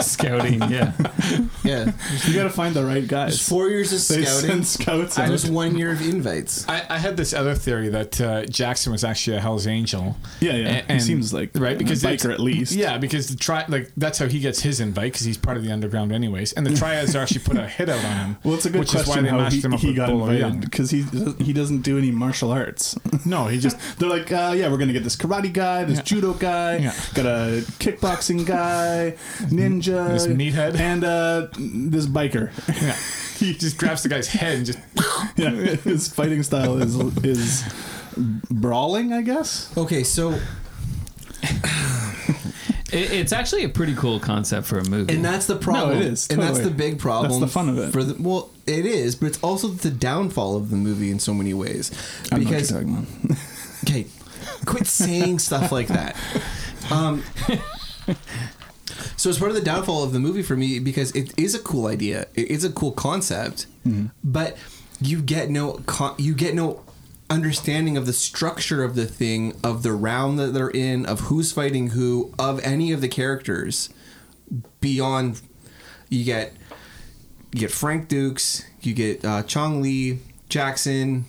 Speaker 3: scouting. Yeah,
Speaker 1: Yeah.
Speaker 2: you got to find the right guys.
Speaker 1: There's four years of
Speaker 2: they
Speaker 1: scouting.
Speaker 2: send scouts.
Speaker 1: And
Speaker 2: out.
Speaker 1: there's one year of invites.
Speaker 4: I, I had this other theory that uh, Jackson was actually a Hell's Angel.
Speaker 2: Yeah, yeah. He seems like
Speaker 4: right
Speaker 2: a
Speaker 4: because
Speaker 2: biker
Speaker 4: it's-
Speaker 2: at least.
Speaker 4: Yeah, because the tri like that's how he gets his invite because he's part of the underground anyways, and the triads actually put a hit out on him.
Speaker 2: Well, it's a good
Speaker 4: which
Speaker 2: question
Speaker 4: is why they
Speaker 2: how
Speaker 4: matched
Speaker 2: he,
Speaker 4: him up
Speaker 2: he
Speaker 4: with
Speaker 2: got
Speaker 4: Bolo
Speaker 2: invited
Speaker 4: Young.
Speaker 2: because he he doesn't do any martial arts.
Speaker 4: No, he just
Speaker 2: They're like, uh, yeah, we're gonna get this karate guy, this
Speaker 4: Yeah.
Speaker 2: judo guy,
Speaker 4: Yeah.
Speaker 2: got a kickboxing guy, ninja,
Speaker 4: This meathead.
Speaker 2: and uh, this biker.
Speaker 4: yeah, he just grabs the guy's head and just
Speaker 2: yeah, his fighting style is is brawling, I guess.
Speaker 1: Okay, so
Speaker 3: it, it's actually a pretty cool concept for a movie.
Speaker 1: and that's the problem.
Speaker 2: it is,
Speaker 1: And that's
Speaker 2: totally.
Speaker 1: the big problem.
Speaker 2: That's the fun of it.
Speaker 1: For the, well, it is, but it's also the downfall of the movie in so many ways.
Speaker 2: I don't know
Speaker 1: Because
Speaker 2: what you're talking about.
Speaker 1: Okay, quit saying stuff like that. Um, so it's part of the downfall of the movie for me because it is a cool idea. It is a cool concept, but you get no con- you get no understanding of the structure of the thing, of the round that they're in, of who's fighting who, of any of the characters beyond you get you get Frank Dukes, you get uh, Chong Lee, Jackson,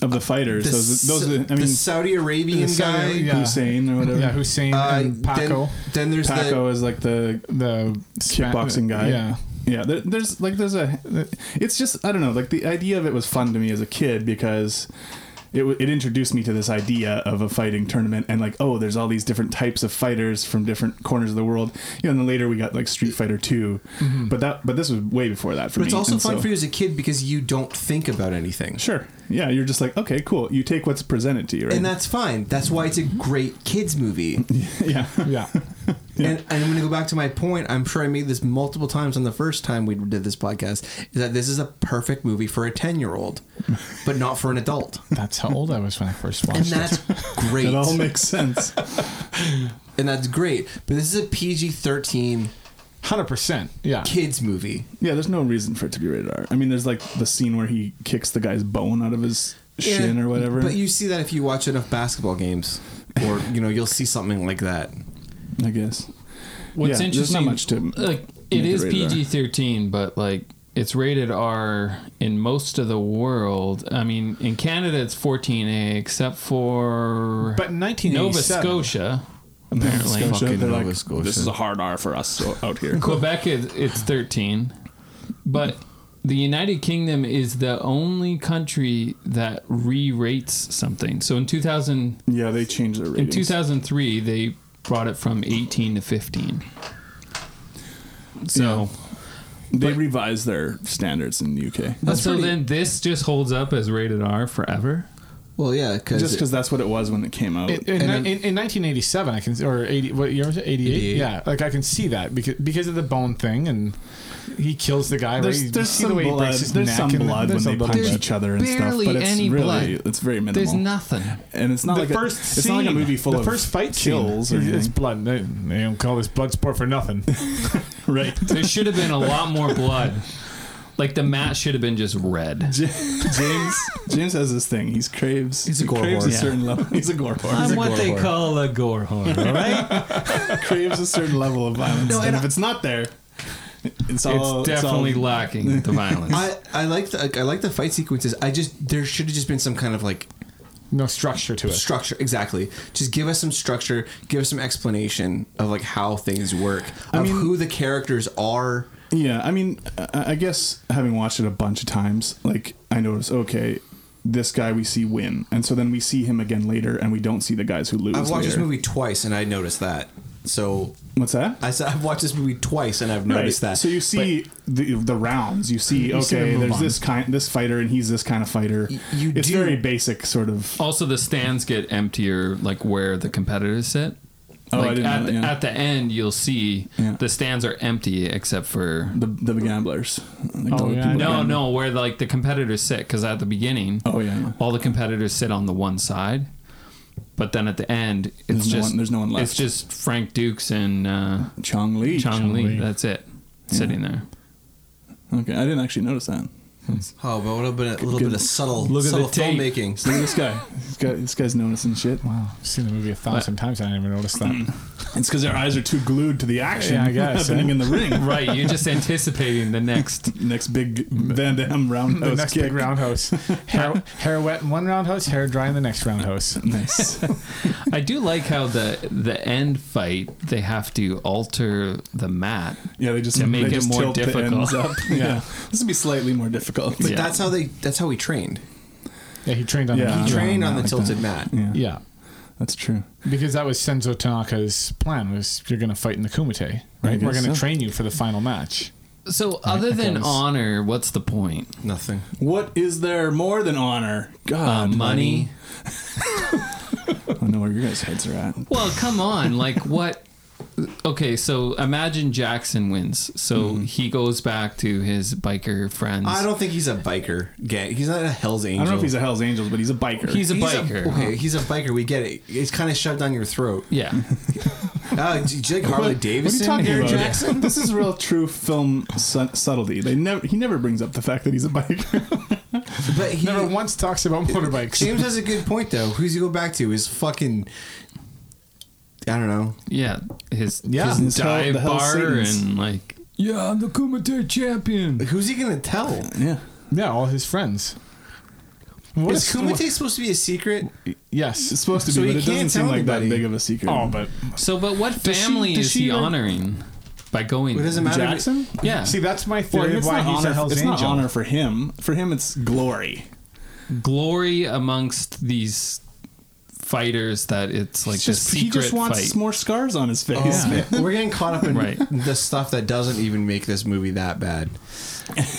Speaker 2: Of the fighters, those, those are the, I
Speaker 1: the
Speaker 2: mean,
Speaker 1: Saudi Arabian
Speaker 2: the
Speaker 1: guy.
Speaker 2: Saudi-
Speaker 4: yeah.
Speaker 2: Hussein or whatever.
Speaker 4: yeah Hussein
Speaker 1: Uh,
Speaker 4: and Paco
Speaker 1: Then, then there's
Speaker 2: Paco is like the
Speaker 4: the
Speaker 2: kickboxing guy.
Speaker 4: Yeah,
Speaker 2: yeah. There, there's like there's a. It's just I don't know. Like the idea of it was fun to me as a kid because it w- it introduced me to this idea of a fighting tournament and like oh there's all these different types of fighters from different corners of the world. You know, and then later we got like Street Fighter 2 but that but this was way before that for
Speaker 1: the. Mm-hmm. But
Speaker 2: me.
Speaker 1: it's also
Speaker 2: and
Speaker 1: fun
Speaker 2: so-
Speaker 1: for you as a kid because you don't think about anything,
Speaker 2: Sure. Yeah, you're just like okay, cool. You take what's presented to you, right?
Speaker 1: and that's fine. That's why it's a great kids movie.
Speaker 2: yeah.
Speaker 4: yeah.
Speaker 1: And, and I'm going to go back to my point. I'm sure I made this multiple times on the first time we did this podcast. Is that this is a perfect movie for a ten year old, but not for an adult,
Speaker 4: That's how old I was when I first
Speaker 1: and
Speaker 4: watched it.
Speaker 1: that's great.
Speaker 2: It all makes sense.
Speaker 1: and that's great. But this is a PG-13
Speaker 4: Hundred percent. Yeah.
Speaker 1: kids movie.
Speaker 2: Yeah, there's no reason for it to be rated R. I mean, there's like the scene where he kicks the guy's bone out of his shin
Speaker 1: Yeah,
Speaker 2: or whatever.
Speaker 1: But you see that if you watch enough basketball games, or you know, you'll see something like that.
Speaker 2: I guess.
Speaker 3: What's
Speaker 2: Yeah, there's
Speaker 3: interesting,
Speaker 2: not much to
Speaker 3: like
Speaker 2: make
Speaker 3: it
Speaker 2: it
Speaker 3: is
Speaker 2: rated R.
Speaker 3: PG thirteen, but like it's rated R in most of the world. I mean, in Canada it's fourteen A, except for
Speaker 4: But in
Speaker 3: Nova
Speaker 4: 1987
Speaker 3: Scotia, apparently.
Speaker 2: Scotia,
Speaker 1: Fucking
Speaker 2: they're
Speaker 1: Nova
Speaker 2: like,
Speaker 1: Scotia.
Speaker 2: This is a hard R for us so- out here.
Speaker 3: Quebec is it's thirteen, but the United Kingdom is the only country that re-rates something. So in two thousand
Speaker 2: yeah, they changed their
Speaker 3: in
Speaker 2: ratings.
Speaker 3: two thousand three they brought it from eighteen to fifteen. So.
Speaker 2: they revised their standards in the UK.
Speaker 3: so
Speaker 1: pretty-
Speaker 3: then this just holds up as rated R forever.
Speaker 1: Well, yeah, because
Speaker 2: Just because that's what it was when it came out.
Speaker 4: In, in,
Speaker 1: And
Speaker 4: ni-
Speaker 1: then-
Speaker 4: in, in 1987, I can or 80. What year was it? 88?
Speaker 1: 88.
Speaker 4: Yeah, like I can see that because because of the bone thing, and he kills the guy. right?
Speaker 2: there's,
Speaker 4: You
Speaker 2: there's
Speaker 4: see
Speaker 2: some
Speaker 4: the way he
Speaker 2: blood,
Speaker 4: breaks his
Speaker 2: there's
Speaker 4: neck
Speaker 2: some
Speaker 4: and
Speaker 2: blood when
Speaker 4: there's a
Speaker 2: they
Speaker 4: little
Speaker 2: punch
Speaker 4: bit.
Speaker 2: each other and stuff,
Speaker 3: barely
Speaker 2: but it's
Speaker 3: any
Speaker 2: really
Speaker 3: blood.
Speaker 2: it's very minimal.
Speaker 3: There's nothing.
Speaker 2: and it's not
Speaker 4: the
Speaker 2: like
Speaker 4: first
Speaker 2: a,
Speaker 4: scene,
Speaker 2: it's not like a movie full
Speaker 4: the
Speaker 2: of
Speaker 4: first fight
Speaker 2: kills
Speaker 4: Scene,
Speaker 2: or
Speaker 4: it's- it's
Speaker 2: anything.
Speaker 4: blood. They, they don't call this blood sport for nothing.
Speaker 2: right.
Speaker 3: There should have been a lot more blood. Like the mat should have been just red.
Speaker 2: James James has this thing. He's craves.
Speaker 1: He's a
Speaker 2: he
Speaker 1: gore
Speaker 2: craves
Speaker 1: whore.
Speaker 2: a certain level. He's a gore whore.
Speaker 10: I'm
Speaker 1: a
Speaker 10: what
Speaker 1: gore
Speaker 10: they
Speaker 1: whore.
Speaker 10: call a gore horn, all right?
Speaker 2: craves a certain level of violence. and, if it's not there, it's
Speaker 3: It's
Speaker 2: all
Speaker 3: definitely
Speaker 2: It's all,
Speaker 3: lacking the violence.
Speaker 1: I, I like the like, I like the fight sequences. I just there should have just been some kind of like
Speaker 4: No structure to it.
Speaker 1: structure. Exactly. Just give us some structure. Give us some explanation of like how things work. of
Speaker 2: mean-
Speaker 1: who the characters are.
Speaker 2: yeah, I mean, I, I guess having watched it a bunch of times, like I noticed, okay, this guy we see win, and so then we see him again later, and we don't see the guys who lose.
Speaker 1: I've watched this
Speaker 2: later.
Speaker 1: movie twice and I noticed that. So
Speaker 2: What's that?
Speaker 1: I said I've watched this movie twice and I've noticed that.
Speaker 2: So you see the the rounds. You see,
Speaker 4: see them
Speaker 2: okay,
Speaker 4: move
Speaker 2: there's
Speaker 4: on.
Speaker 2: this kind, this fighter, and he's this kind of fighter.
Speaker 1: you
Speaker 2: it's
Speaker 1: do-
Speaker 2: very basic, sort of.
Speaker 3: also, the stands get emptier, like where the competitors sit.
Speaker 2: Oh, I
Speaker 3: like
Speaker 2: didn't
Speaker 3: at,
Speaker 2: know
Speaker 3: the,
Speaker 2: that, yeah.
Speaker 3: at the end, you'll see
Speaker 2: Yeah.
Speaker 3: the stands are empty except for
Speaker 2: The the gamblers. Like
Speaker 4: Oh, yeah,
Speaker 2: the people
Speaker 4: I
Speaker 3: No,
Speaker 2: gambling.
Speaker 3: no, where like the competitors sit because at the beginning,
Speaker 2: Oh, yeah.
Speaker 3: all the competitors sit on the one side, but then at the end, it's
Speaker 2: There's no
Speaker 3: just
Speaker 2: one- there's no one left.
Speaker 3: It's just Frank Dukes and uh,
Speaker 2: Chong Li.
Speaker 3: Chong Lee.
Speaker 4: Li.
Speaker 3: That's it, sitting there.
Speaker 2: Okay, I didn't actually notice that.
Speaker 1: oh, but what about a little bit of subtle,
Speaker 3: Look at
Speaker 1: subtle
Speaker 3: the tape.
Speaker 1: filmmaking.
Speaker 2: Look at this guy. This guy. This guy's noticing shit.
Speaker 4: Wow, I've seen the movie a thousand times. I didn't even notice that.
Speaker 2: It's because their eyes are too glued to the action
Speaker 4: Yeah, I guess,
Speaker 2: happening
Speaker 4: eh?
Speaker 2: in the ring.
Speaker 3: Right, you're just anticipating the next.
Speaker 2: Next big Van Damme
Speaker 4: The
Speaker 2: roundhouse
Speaker 4: next
Speaker 2: kick.
Speaker 4: big roundhouse. Hair, hair wet in one roundhouse, hair dry in the next roundhouse.
Speaker 2: Nice.
Speaker 3: I do like how the the end fight they have to alter the mat.
Speaker 2: Yeah, they just
Speaker 3: To make
Speaker 2: they
Speaker 3: it
Speaker 2: just
Speaker 3: more
Speaker 2: tilt the
Speaker 3: difficult.
Speaker 2: ends up. Yeah. this would be slightly more difficult.
Speaker 1: But
Speaker 3: Yeah.
Speaker 1: that's how they that's how he trained.
Speaker 4: Yeah, he trained on
Speaker 2: Yeah.
Speaker 4: the
Speaker 1: He
Speaker 2: Uh,
Speaker 1: trained
Speaker 2: no,
Speaker 1: on the
Speaker 2: like
Speaker 1: tilted mat.
Speaker 2: that. Yeah,
Speaker 4: Yeah,
Speaker 2: that's true.
Speaker 4: because that was Senzo Tanaka's plan was you're going to fight in the Kumite, right? We're
Speaker 2: guess
Speaker 4: going to
Speaker 2: so.
Speaker 4: train you for the final match.
Speaker 3: So, other than
Speaker 4: because-
Speaker 3: honor, what's the point?
Speaker 1: Nothing.
Speaker 2: What is there more than honor?
Speaker 3: Uh,
Speaker 2: God,
Speaker 3: money.
Speaker 2: I don't know where your guys' heads are at.
Speaker 3: Well, come on. Like what? Okay, so imagine Jackson wins. So he goes back to his biker friends.
Speaker 1: I don't think he's a biker gang. He's not a Hell's Angel.
Speaker 2: I don't know if he's a Hell's Angels, but he's a biker.
Speaker 3: He's a biker.
Speaker 1: okay, he's a biker. We get it. It's kind of shoved down your throat.
Speaker 3: yeah.
Speaker 1: Uh, do you like Harley
Speaker 2: What are you
Speaker 1: Davidson?
Speaker 2: talking
Speaker 1: Aaron
Speaker 2: about?
Speaker 1: Jackson?
Speaker 2: this is real, true film su- subtlety. They never he never brings up the fact that he's a biker.
Speaker 1: But he,
Speaker 4: Never once talks about motorbikes.
Speaker 1: James has a good point though. Who's he go back to? His fucking. I don't know.
Speaker 3: Yeah. His,
Speaker 1: Yeah.
Speaker 3: his
Speaker 2: His hell-
Speaker 3: dive
Speaker 2: the hell
Speaker 3: bar
Speaker 2: scenes.
Speaker 3: and like Yeah, I'm the Kumite champion.
Speaker 1: Who's he gonna tell?
Speaker 2: yeah,
Speaker 4: Yeah, all his friends. What
Speaker 1: Is Kumite supposed to be a secret?
Speaker 2: it's
Speaker 4: Yes.
Speaker 2: supposed to be,
Speaker 1: So
Speaker 2: but
Speaker 1: he
Speaker 2: it doesn't
Speaker 1: can't
Speaker 2: seem
Speaker 1: tell
Speaker 2: like that
Speaker 1: anybody.
Speaker 2: big of a secret.
Speaker 4: Oh, but
Speaker 3: So but what
Speaker 4: she-
Speaker 3: family
Speaker 4: does
Speaker 3: is
Speaker 4: she
Speaker 3: he
Speaker 4: re-
Speaker 3: honoring by going
Speaker 1: It doesn't matter.
Speaker 2: Jackson.
Speaker 3: Yeah.
Speaker 4: see, that's my
Speaker 2: Well,
Speaker 4: theory of
Speaker 2: it's
Speaker 4: why
Speaker 2: not
Speaker 4: he's a
Speaker 2: honor.
Speaker 4: Hell's
Speaker 2: It's not
Speaker 4: Angel.
Speaker 2: honor for him. For him, it's glory.
Speaker 3: glory amongst these fighters that it's like
Speaker 2: It's
Speaker 3: the
Speaker 2: just
Speaker 3: secret
Speaker 2: he just wants
Speaker 3: fight.
Speaker 2: more scars on his face.
Speaker 1: Oh, Man, We're getting caught up in
Speaker 3: Right.
Speaker 1: the stuff that doesn't even make this movie that bad.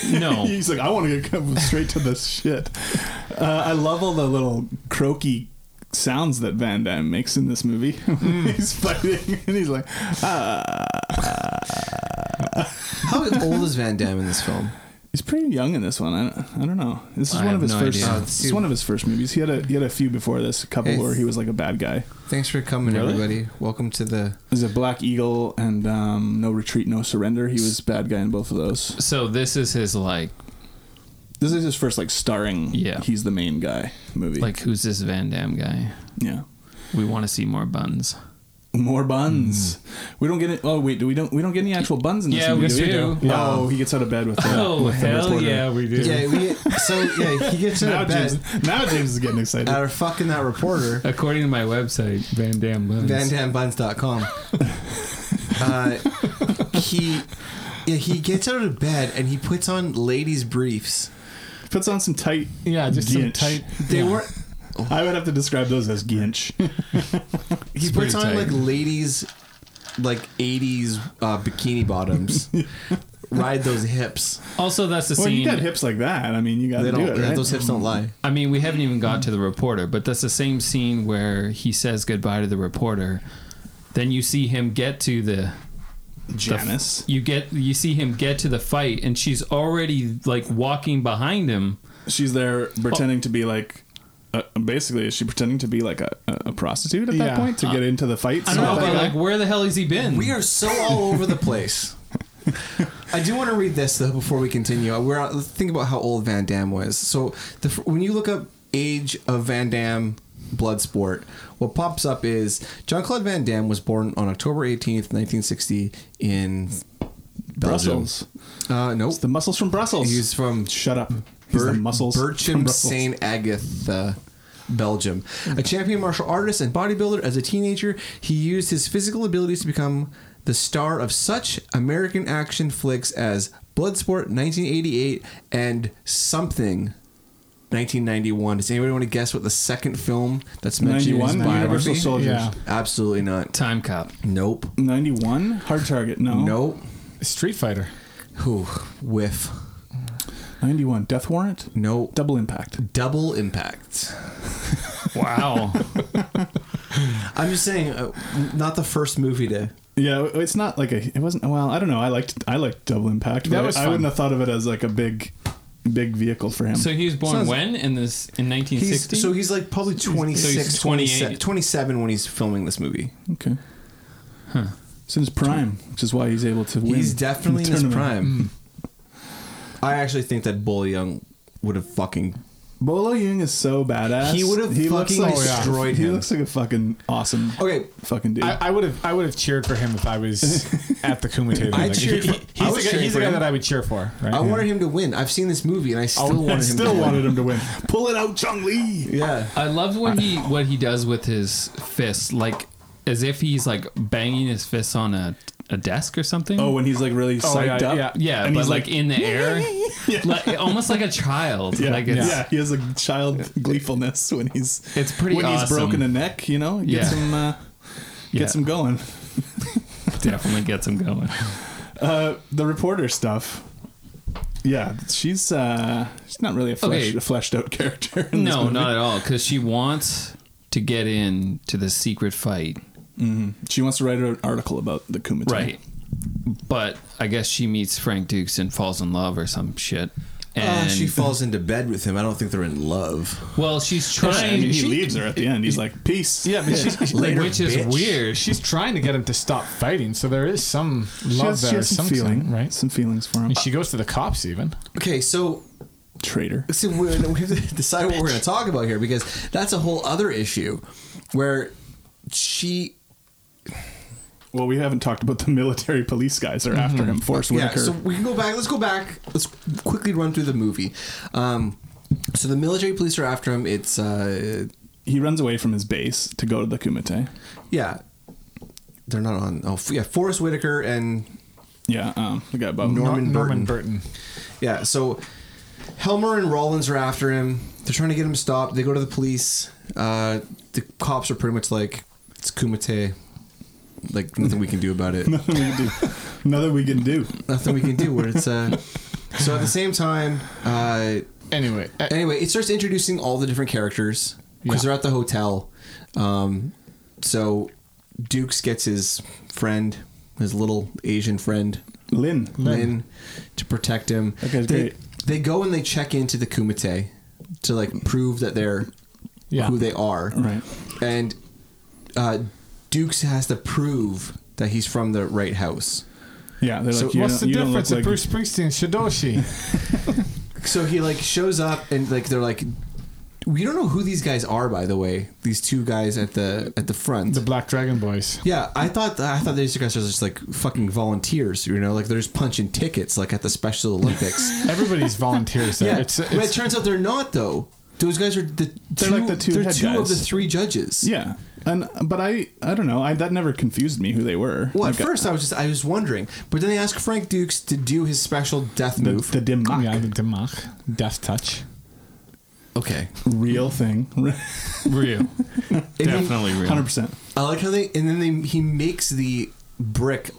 Speaker 3: no.
Speaker 2: He's like, I want to go straight to this shit. Uh, I love all the little croaky sounds that Van Damme makes in this movie.
Speaker 1: Mm.
Speaker 2: he's fighting and he's like,
Speaker 1: How old is Van Damme in this film?
Speaker 2: he's pretty young in this one. I don't, I don't know. This is
Speaker 3: I
Speaker 2: one
Speaker 3: have
Speaker 2: of his
Speaker 3: no
Speaker 2: first.
Speaker 3: idea.
Speaker 2: This is one of his first movies. He had a he had a few before this, a couple
Speaker 1: Hey.
Speaker 2: where he was like a bad guy.
Speaker 1: Thanks for coming,
Speaker 2: Really?
Speaker 1: everybody. Welcome to the.
Speaker 2: There's a Black Eagle and um, No Retreat, No Surrender. He was bad guy in both of those.
Speaker 3: So this is his like
Speaker 2: This is his first like starring.
Speaker 3: Yeah.
Speaker 2: he's the main guy movie.
Speaker 3: like who's this Van Damme guy?
Speaker 2: yeah.
Speaker 3: We want to see more buns.
Speaker 2: More buns. We don't get it. Oh wait, do we don't we don't get any actual buns in this?
Speaker 3: hmm. Yeah,
Speaker 2: movie,
Speaker 3: we do.
Speaker 4: Yeah.
Speaker 2: Oh, he gets out of bed with. The,
Speaker 3: Oh,
Speaker 2: with the
Speaker 3: hell
Speaker 2: reporter.
Speaker 3: yeah,
Speaker 4: we do.
Speaker 1: Yeah, we get, so yeah, he gets out
Speaker 2: Now
Speaker 1: of bed
Speaker 2: James, now James is getting excited.
Speaker 1: out of fucking that reporter,
Speaker 3: According to my website, Van Dam buns.
Speaker 1: VanDammeBuns.com. Uh, he, yeah, he gets out of bed and he puts on ladies' briefs.
Speaker 2: Puts on some tight.
Speaker 4: Yeah, just some
Speaker 2: ginch.
Speaker 4: tight.
Speaker 1: They
Speaker 4: yeah.
Speaker 1: were
Speaker 2: I would have to describe those as ginch.
Speaker 1: he puts on
Speaker 3: pretty
Speaker 1: like
Speaker 3: tight.
Speaker 1: ladies like 80s uh, bikini bottoms ride those hips
Speaker 3: Also, that's the
Speaker 2: well, you
Speaker 3: scene.
Speaker 2: got hips like that. I mean, you got
Speaker 1: they
Speaker 2: to do
Speaker 1: don't
Speaker 2: it, right?
Speaker 1: those hips don't lie
Speaker 3: I mean, we haven't even got to the reporter, but that's the same scene where he says goodbye to the reporter. Then you see him get to the.
Speaker 2: Janice.
Speaker 3: You get you see him get to the fight, and she's already like walking behind him.
Speaker 2: She's there pretending to be like. Uh, basically, is she pretending to be like a, a prostitute at
Speaker 4: Yeah.
Speaker 2: that point to get into the fight?
Speaker 3: I don't know,
Speaker 2: So-
Speaker 3: but like, where the hell has he been?
Speaker 1: we are so all over the place I do want to read this though before we continue. Uh, We're out, think about how old Van Damme was. So the, fir- when you look up age of Van Damme Bloodsport, what pops up is John Claude Van Damme was born on October 18th, 1960 in Belgium.
Speaker 2: Brussels.
Speaker 1: Uh, nope.
Speaker 2: It's the muscles from Brussels.
Speaker 1: He's from
Speaker 2: Shut up. He's
Speaker 1: Bur-
Speaker 2: the muscles. from
Speaker 1: Burcham
Speaker 2: Brussels.
Speaker 1: St. Agatha, Belgium. A champion martial artist and bodybuilder as a teenager, he used his physical abilities to become the star of such American action flicks as Bloodsport 1988 and Something 1991. Does anybody want to guess what the second film that's mentioned in his
Speaker 2: 91
Speaker 1: biography?
Speaker 2: Universal Soldiers.
Speaker 4: Yeah.
Speaker 1: Absolutely not.
Speaker 3: Time Cop.
Speaker 1: Nope.
Speaker 2: 91 Hard Target. No.
Speaker 1: Nope.
Speaker 4: Street Fighter.
Speaker 1: Who? Whiff.
Speaker 2: 91 Death Warrant.
Speaker 1: Nope.
Speaker 2: Double Impact.
Speaker 1: Double impact.
Speaker 3: Wow.
Speaker 1: I'm just saying, uh, not the first movie to
Speaker 2: Yeah, it's not like a. It wasn't. Well, I don't know. I liked. I liked Double Impact.
Speaker 4: That
Speaker 2: but
Speaker 4: was
Speaker 2: I
Speaker 4: fun.
Speaker 2: wouldn't have thought of it as like a big, big vehicle for him.
Speaker 3: so he was born
Speaker 1: Sounds-
Speaker 3: when in this in
Speaker 1: He's,
Speaker 3: 1960?
Speaker 1: so he's like probably 26, 27,
Speaker 3: 28.
Speaker 1: 27 when he's filming this movie.
Speaker 2: okay. Huh. It's in his prime, which is why he's able to win.
Speaker 1: He's definitely
Speaker 2: the
Speaker 1: in his
Speaker 2: tournament.
Speaker 1: prime. I actually think that Bull Young would have fucking.
Speaker 2: Bolo Yung is so badass.
Speaker 1: He would have
Speaker 2: looks
Speaker 1: fucking destroyed
Speaker 2: He
Speaker 1: him.
Speaker 2: looks like a fucking awesome.
Speaker 1: Okay.
Speaker 2: Fucking dude.
Speaker 4: I, I would have I would have cheered for him if I was at the Kumite.
Speaker 1: I
Speaker 4: Like,
Speaker 1: cheered
Speaker 4: he-
Speaker 1: for-
Speaker 4: he-
Speaker 1: I
Speaker 4: he's
Speaker 1: was
Speaker 4: the guy,
Speaker 1: cheering
Speaker 4: he's the
Speaker 1: for
Speaker 4: guy
Speaker 1: him.
Speaker 4: that I would cheer for. Right?
Speaker 1: I wanted him to win. I've seen this movie and I still wanted
Speaker 2: I
Speaker 1: him
Speaker 2: still
Speaker 1: to
Speaker 2: wanted
Speaker 1: win.
Speaker 2: him to win. Pull it out, Chung Lee.
Speaker 1: Yeah.
Speaker 3: I love what he what he does with his fists, like as if he's like banging his fists on a, a desk or something.
Speaker 2: Oh, when he's like really psyched
Speaker 4: yeah,
Speaker 2: up.
Speaker 4: yeah.
Speaker 3: yeah,
Speaker 2: and
Speaker 3: but
Speaker 2: he's
Speaker 3: like,
Speaker 2: like,
Speaker 3: in the air, like, almost like a child.
Speaker 2: Yeah,
Speaker 3: like it's,
Speaker 2: yeah, he has a child gleefulness when he's
Speaker 3: It's pretty
Speaker 2: when he's
Speaker 3: awesome.
Speaker 2: broken a neck, you know,
Speaker 3: Yeah.
Speaker 2: gets him uh, gets
Speaker 3: Yeah.
Speaker 2: him going.
Speaker 3: definitely gets him going.
Speaker 2: Uh, the reporter stuff. Yeah, she's uh, she's not really a, flesh,
Speaker 3: Okay.
Speaker 2: a fleshed out character. in this
Speaker 3: No,
Speaker 2: movie.
Speaker 3: not at all, because she wants to get in to the secret fight,
Speaker 2: She wants to write an article about the Kumite.
Speaker 3: right? But I guess she meets Frank Dukes and falls in love or some shit. And
Speaker 1: Uh, she falls into bed with him. I don't think they're in love.
Speaker 3: well, she's
Speaker 2: And
Speaker 3: trying.
Speaker 2: he
Speaker 3: she-
Speaker 2: leaves her at the end. He's like, "Peace."
Speaker 4: Yeah, but she's,
Speaker 1: Later,
Speaker 3: which is
Speaker 1: bitch.
Speaker 3: weird.
Speaker 4: she's trying to get him to stop fighting, so there is some
Speaker 2: she
Speaker 4: love
Speaker 2: has,
Speaker 4: there,
Speaker 2: she has some
Speaker 4: something,
Speaker 2: feeling,
Speaker 4: right?
Speaker 2: Some feelings for him.
Speaker 4: And she goes to the cops even.
Speaker 1: Okay, so
Speaker 2: Traitor.
Speaker 1: So we we have to decide what we're going to talk about here because that's a whole other issue where she.
Speaker 2: Well, we haven't talked about the military police guys that are after him. Forrest
Speaker 1: Yeah,
Speaker 2: Whitaker.
Speaker 1: so we can go back. Let's go back. Let's quickly run through the movie. Um, so the military police are after him. It's. Uh,
Speaker 2: he runs away from his base to go to the Kumite.
Speaker 1: Yeah. They're not on. Oh, f- yeah. Forrest Whitaker and
Speaker 2: Yeah, um, the guy above him.
Speaker 1: Norman Burton.
Speaker 4: Norman Burton.
Speaker 1: Yeah. So Helmer and Rollins are after him. They're trying to get him stopped. They go to the police. Uh, the cops are pretty much like, it's Kumite. Like, nothing we can do about it.
Speaker 2: Nothing we can do. Nothing we can do.
Speaker 1: nothing we can do. Where it's. Uh, so at the same time, uh,
Speaker 4: Anyway, uh,
Speaker 1: anyway, it starts introducing all the different characters because
Speaker 4: Yeah.
Speaker 1: they're at the hotel. Um, so Dukes gets his friend, his little Asian friend.
Speaker 2: Lynn.
Speaker 1: Lynn, to protect him.
Speaker 2: That guy's
Speaker 1: they,
Speaker 2: great.
Speaker 1: they go and they check into the Kumite to like prove that they're
Speaker 4: Yeah.
Speaker 1: who they are.
Speaker 2: Right.
Speaker 1: And uh, Dukes has to prove that he's from the right house.
Speaker 2: Yeah, they're
Speaker 1: So
Speaker 2: like, you
Speaker 4: what's
Speaker 2: don't,
Speaker 4: the
Speaker 2: you don't
Speaker 4: difference
Speaker 2: look
Speaker 4: of
Speaker 2: like
Speaker 4: Bruce Springsteen, Shidoshi?
Speaker 1: So he like shows up and like they're like we don't know who these guys are by the way. These two guys at the at the front.
Speaker 4: the Black Dragon Boys.
Speaker 1: yeah, I thought I thought these guys are just like fucking volunteers, you know, like they're just punching tickets like at the Special Olympics.
Speaker 4: Everybody's volunteers there.
Speaker 1: Yeah,
Speaker 4: It's,
Speaker 1: but it
Speaker 4: it's
Speaker 1: turns out they're not though. Those guys are the
Speaker 2: They're
Speaker 1: two,
Speaker 2: like the two
Speaker 1: they're
Speaker 2: head
Speaker 1: two of
Speaker 2: guys.
Speaker 1: the three judges.
Speaker 2: Yeah, and but I, I don't know. I that never confused me who they were.
Speaker 1: Well, at
Speaker 2: Like,
Speaker 1: first I was just I was wondering, but then they asked Frank Dukes to do his special death
Speaker 2: the,
Speaker 1: move.
Speaker 2: the Dimmock,
Speaker 4: yeah, the Demach, Death Touch.
Speaker 1: okay,
Speaker 2: real thing,
Speaker 3: Real.
Speaker 1: And then-
Speaker 2: hundred percent.
Speaker 1: I like how they and then they, he makes the brick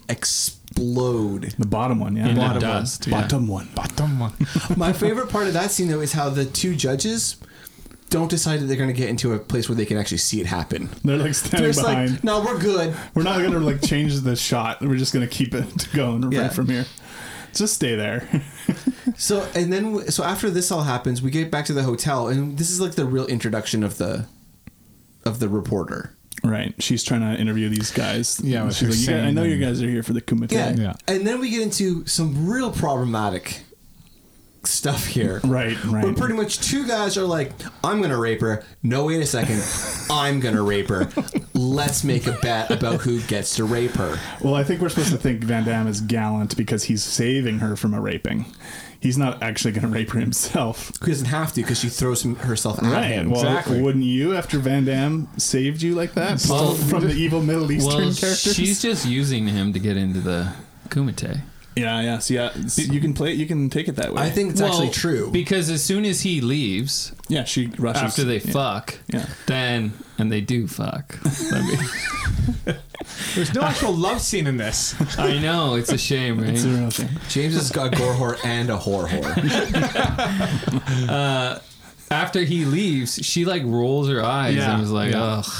Speaker 1: explode.
Speaker 2: The bottom one, yeah,
Speaker 3: In the
Speaker 2: bottom
Speaker 3: dust,
Speaker 2: one,
Speaker 3: yeah.
Speaker 2: bottom one.
Speaker 4: Bottom one.
Speaker 1: My favorite part of that scene though is how the two judges don't decide that they're going to get into a place where they can actually see it happen.
Speaker 2: They're like
Speaker 1: They're
Speaker 2: standing
Speaker 1: just
Speaker 2: behind.
Speaker 1: like, no, we're good.
Speaker 2: We're not gonna like change the shot. We're just gonna keep it going
Speaker 1: Yeah.
Speaker 2: right from here. Just stay there.
Speaker 1: So and then w- so after this all happens, we get back to the hotel, and this is like the real introduction of the of the reporter.
Speaker 2: Right. She's trying to interview these guys.
Speaker 4: Yeah, with
Speaker 2: She's like,
Speaker 4: her
Speaker 2: "You guys- I
Speaker 4: saying
Speaker 2: know you
Speaker 4: and-
Speaker 2: guys are here for the Kumite.
Speaker 1: Yeah. And then we get into some real problematic stuff here.
Speaker 2: Right, right.
Speaker 1: Where pretty much two guys are like, I'm going to rape her. No, wait a second. I'm going to rape her. Let's make a bet about who gets to rape her.
Speaker 2: Well, I think we're supposed to think Van Damme is gallant because he's saving her from a raping. He's not actually going to rape her himself.
Speaker 1: He doesn't have to because she throws him, herself at
Speaker 2: right.
Speaker 1: him.
Speaker 2: Well, Wouldn't you after Van Damme saved you like that?
Speaker 3: Well,
Speaker 2: from the evil Middle Eastern
Speaker 3: well,
Speaker 2: characters?
Speaker 3: she's just using him to get into the Kumite.
Speaker 2: Yeah, yeah. So yeah, s- you can play. You can take it that way.
Speaker 3: Well, because as soon as he leaves,
Speaker 2: yeah, she rushes
Speaker 3: after they
Speaker 2: Yeah.
Speaker 3: fuck.
Speaker 2: Yeah.
Speaker 3: then and they do fuck. I mean,
Speaker 4: There's no actual love scene in this.
Speaker 3: I know it's a shame, right?
Speaker 4: It's a real
Speaker 2: shame.
Speaker 1: James has got gore whore and a whore whore.
Speaker 3: Uh, after he leaves, she like rolls her eyes
Speaker 4: Yeah.
Speaker 3: and was like,
Speaker 4: Yeah.
Speaker 3: "Ugh."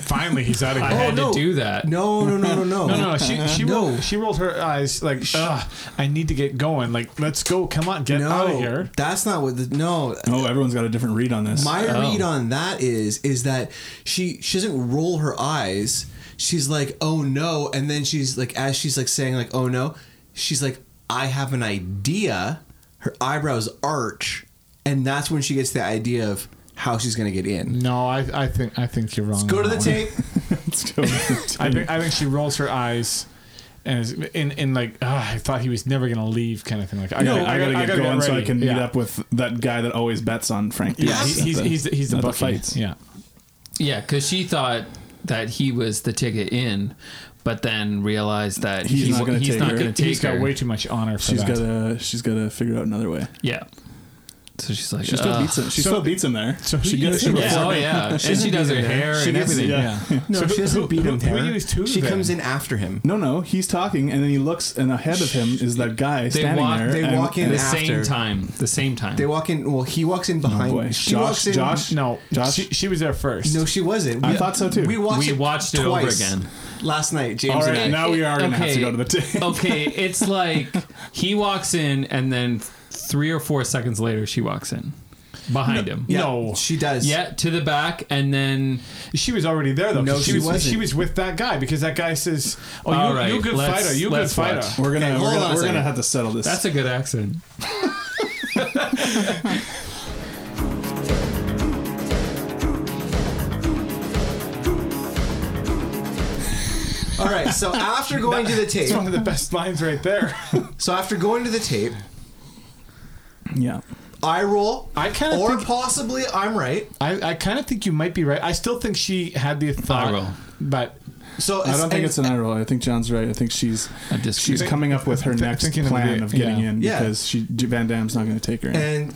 Speaker 4: Finally, he's out of
Speaker 3: I
Speaker 4: here.
Speaker 3: had
Speaker 4: Oh, no.
Speaker 3: to do that.
Speaker 1: No, no, no, no, no.
Speaker 4: No, no,
Speaker 2: Uh-huh.
Speaker 4: she she
Speaker 1: No.
Speaker 4: rolled, she rolled her eyes like, Ugh, I need to get going. Like, let's go. Come on, get out of here.
Speaker 1: That's not what the no.
Speaker 2: Oh, everyone's got a different read on this.
Speaker 1: My
Speaker 2: Oh.
Speaker 1: read on that is is that she she doesn't roll her eyes. She's like, "Oh no," and then she's like, as she's like saying like, "Oh no," she's like, "I have an idea." Her eyebrows arch, and that's when she gets the idea of how she's gonna get in.
Speaker 4: No, I, I think I think you're wrong. Let's
Speaker 1: go to the tape.
Speaker 4: I think I think she rolls her eyes. And is in in like "Ugh, I thought he was never gonna leave kind of thing like I
Speaker 2: no,
Speaker 4: gotta,
Speaker 2: I gotta,
Speaker 4: I
Speaker 2: get going so I
Speaker 4: ready.
Speaker 2: can meet
Speaker 4: Yeah.
Speaker 2: up with that guy that always bets on Frank.
Speaker 4: Yeah,
Speaker 2: Davis
Speaker 4: he-
Speaker 2: at
Speaker 4: he's- he's the- he's the
Speaker 2: at
Speaker 4: bookie. Yeah.
Speaker 3: Yeah, because she thought that he was the ticket in, but then realized that
Speaker 2: He's
Speaker 3: he,
Speaker 2: not going to
Speaker 3: he's
Speaker 2: take
Speaker 3: not
Speaker 2: her.
Speaker 3: going to take her.
Speaker 4: much honor
Speaker 3: for
Speaker 2: she's
Speaker 3: that.
Speaker 2: Gotta, she's got to figure out another way.
Speaker 3: Yeah. So she's like,
Speaker 2: She still
Speaker 3: "Ugh."
Speaker 2: beats him. She still beats him there.
Speaker 4: So who
Speaker 2: she
Speaker 4: you think-
Speaker 2: her
Speaker 3: Yeah, oh,
Speaker 2: performance.
Speaker 3: yeah. And she does her hair
Speaker 2: She
Speaker 3: and
Speaker 2: gets-
Speaker 3: everything. Yeah.
Speaker 1: No,
Speaker 2: So
Speaker 1: she
Speaker 2: who-
Speaker 1: doesn't
Speaker 2: who-
Speaker 1: beat him
Speaker 2: who- who
Speaker 1: there.
Speaker 2: used who
Speaker 1: she
Speaker 2: then?
Speaker 1: comes in after him.
Speaker 2: No, no, he's talking, and then he looks, and ahead of him is that guy standing
Speaker 1: walk-
Speaker 2: there.
Speaker 1: they
Speaker 2: and-
Speaker 1: walk in
Speaker 2: and-
Speaker 1: The same after.
Speaker 3: time. The same time.
Speaker 1: They walk in. Well, he walks in behind.
Speaker 2: boy.
Speaker 1: she
Speaker 2: Josh-
Speaker 1: walks in,
Speaker 2: Josh?
Speaker 4: No, She, she was there first.
Speaker 1: No, she wasn't.
Speaker 4: I thought so, too.
Speaker 1: We watched,
Speaker 4: We
Speaker 1: it,
Speaker 4: watched it over
Speaker 1: twice
Speaker 4: again.
Speaker 1: last night. James.
Speaker 3: All
Speaker 1: and
Speaker 3: right,
Speaker 1: I.
Speaker 3: now we
Speaker 2: are gonna have to go to the
Speaker 3: tape. okay, it's like he walks in, and then three or four seconds later, she walks in behind him.
Speaker 1: Yeah, No. she does.
Speaker 3: Yeah, to the back, and then
Speaker 4: she was already there though.
Speaker 3: No,
Speaker 4: she,
Speaker 3: she
Speaker 4: was
Speaker 3: wasn't.
Speaker 4: she was with that guy because that guy says, "Oh,
Speaker 3: All
Speaker 4: you,
Speaker 3: right,
Speaker 4: you good
Speaker 3: let's-
Speaker 4: fighter, you good
Speaker 3: let's
Speaker 4: fighter."
Speaker 3: watch. We're gonna- Okay, we're hold gonna- on a we're second. gonna have
Speaker 2: to settle this.
Speaker 3: That's a good accent.
Speaker 1: All right. So after going to the tape,
Speaker 4: It's one of the best lines right there.
Speaker 1: so after going to the tape,
Speaker 2: yeah.
Speaker 1: I roll.
Speaker 4: I kind of
Speaker 1: or
Speaker 4: think,
Speaker 1: possibly I'm right.
Speaker 4: I, I kind of think you might be right. I still think she had the thought, but
Speaker 1: so
Speaker 2: I don't think it's an eye roll. I think John's right. I think she's she's
Speaker 4: Think-
Speaker 2: coming up with her
Speaker 4: th-
Speaker 2: next
Speaker 4: thinking of
Speaker 2: plan
Speaker 4: the-
Speaker 2: of getting
Speaker 4: yeah.
Speaker 2: in
Speaker 1: Yeah.
Speaker 2: because she Van Damme's not going to take her in.
Speaker 1: And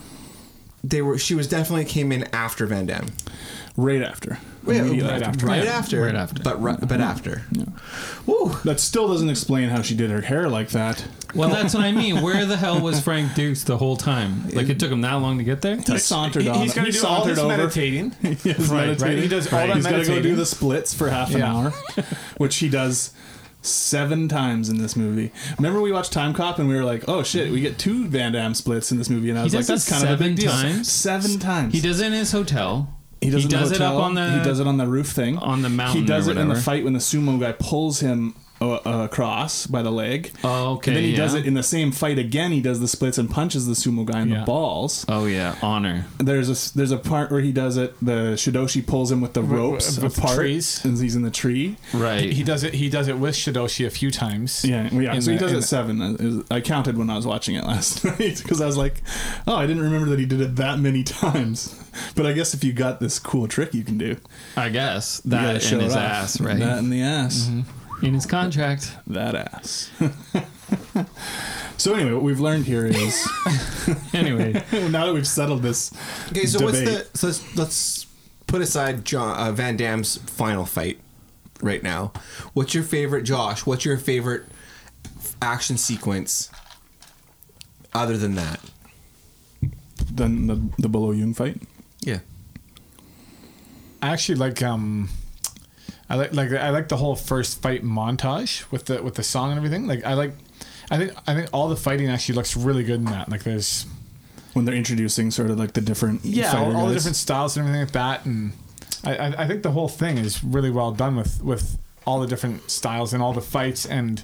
Speaker 1: they were. She was definitely came in after Van Damme.
Speaker 2: right after.
Speaker 1: Yeah,
Speaker 2: Immediately
Speaker 1: right after. Right after. Right after. But ri- but after. Woo.
Speaker 2: That still doesn't explain how she did her hair like that.
Speaker 3: Well, that's what I mean. Where the hell was Frank Dukes the whole time? Like it took him that long to get there.
Speaker 2: He sauntered on.
Speaker 4: he's
Speaker 2: he
Speaker 4: gonna do all
Speaker 2: sauntered
Speaker 4: this
Speaker 2: over.
Speaker 4: meditating.
Speaker 2: He is
Speaker 4: Right,
Speaker 2: meditating.
Speaker 4: right. He does all that
Speaker 2: He's gotta go
Speaker 4: meditating.
Speaker 2: do the splits for half an
Speaker 4: Yeah.
Speaker 2: hour, which he does seven times in this movie. Remember we watched Time Cop and we were like, "Oh shit, we get two Van Damme splits in this movie," and I
Speaker 3: He
Speaker 2: was like,
Speaker 3: does
Speaker 2: "That's
Speaker 3: it
Speaker 2: kind of a
Speaker 3: seven
Speaker 2: big deal."
Speaker 3: times.
Speaker 2: Seven times.
Speaker 3: He does it in his hotel.
Speaker 2: He does, it, in the
Speaker 3: it up
Speaker 2: hotel.
Speaker 3: on the.
Speaker 2: he does it on the roof thing
Speaker 3: on the mountain.
Speaker 2: He does
Speaker 3: or
Speaker 2: it in the
Speaker 3: whatever.
Speaker 2: fight when the sumo guy pulls him uh, uh, across by the leg.
Speaker 3: Oh, okay.
Speaker 2: And then he does
Speaker 3: yeah.
Speaker 2: it in the same fight again. He does the splits and punches the sumo guy in the balls.
Speaker 3: Oh yeah, honor.
Speaker 2: There's a there's a part where he does it. The Shidoshi pulls him with the
Speaker 4: Wi-
Speaker 2: ropes
Speaker 4: with
Speaker 2: apart,
Speaker 4: trees.
Speaker 2: and he's in the tree.
Speaker 4: He, he does it. He does it with Shidoshi a few times.
Speaker 2: Yeah, well, yeah.
Speaker 4: In
Speaker 2: So he
Speaker 4: the-
Speaker 2: does
Speaker 4: in
Speaker 2: it
Speaker 4: the-
Speaker 2: seven. I- I counted when I was watching it last night because I was like, "Oh, I didn't remember that he did it that many times." But I guess if you got this cool trick, you can do.
Speaker 3: I guess
Speaker 2: You
Speaker 3: that
Speaker 2: gotta
Speaker 3: in
Speaker 2: show it
Speaker 3: his
Speaker 2: off.
Speaker 3: ass, right?
Speaker 2: That in the ass.
Speaker 3: In his contract.
Speaker 2: That ass. so anyway, what we've learned here is
Speaker 3: anyway.
Speaker 2: now that we've settled this.
Speaker 1: Okay. So
Speaker 2: debate-
Speaker 1: what's the? So let's, let's put aside John, uh, Van Damme's final fight right now. What's your favorite, Josh? What's your favorite action sequence? Other than that,
Speaker 2: Then the the Bolo Jung fight.
Speaker 1: yeah.
Speaker 4: I actually like um I like like I like the whole first fight montage with the with the song and everything. Like I like I think I think all the fighting actually looks really good in that. Like there's
Speaker 2: when they're introducing sort of like the different
Speaker 4: yeah, all,
Speaker 2: fighter
Speaker 4: all the
Speaker 2: guys.
Speaker 4: different styles and everything like that and I, I, I think the whole thing is really well done with with all the different styles and all the fights and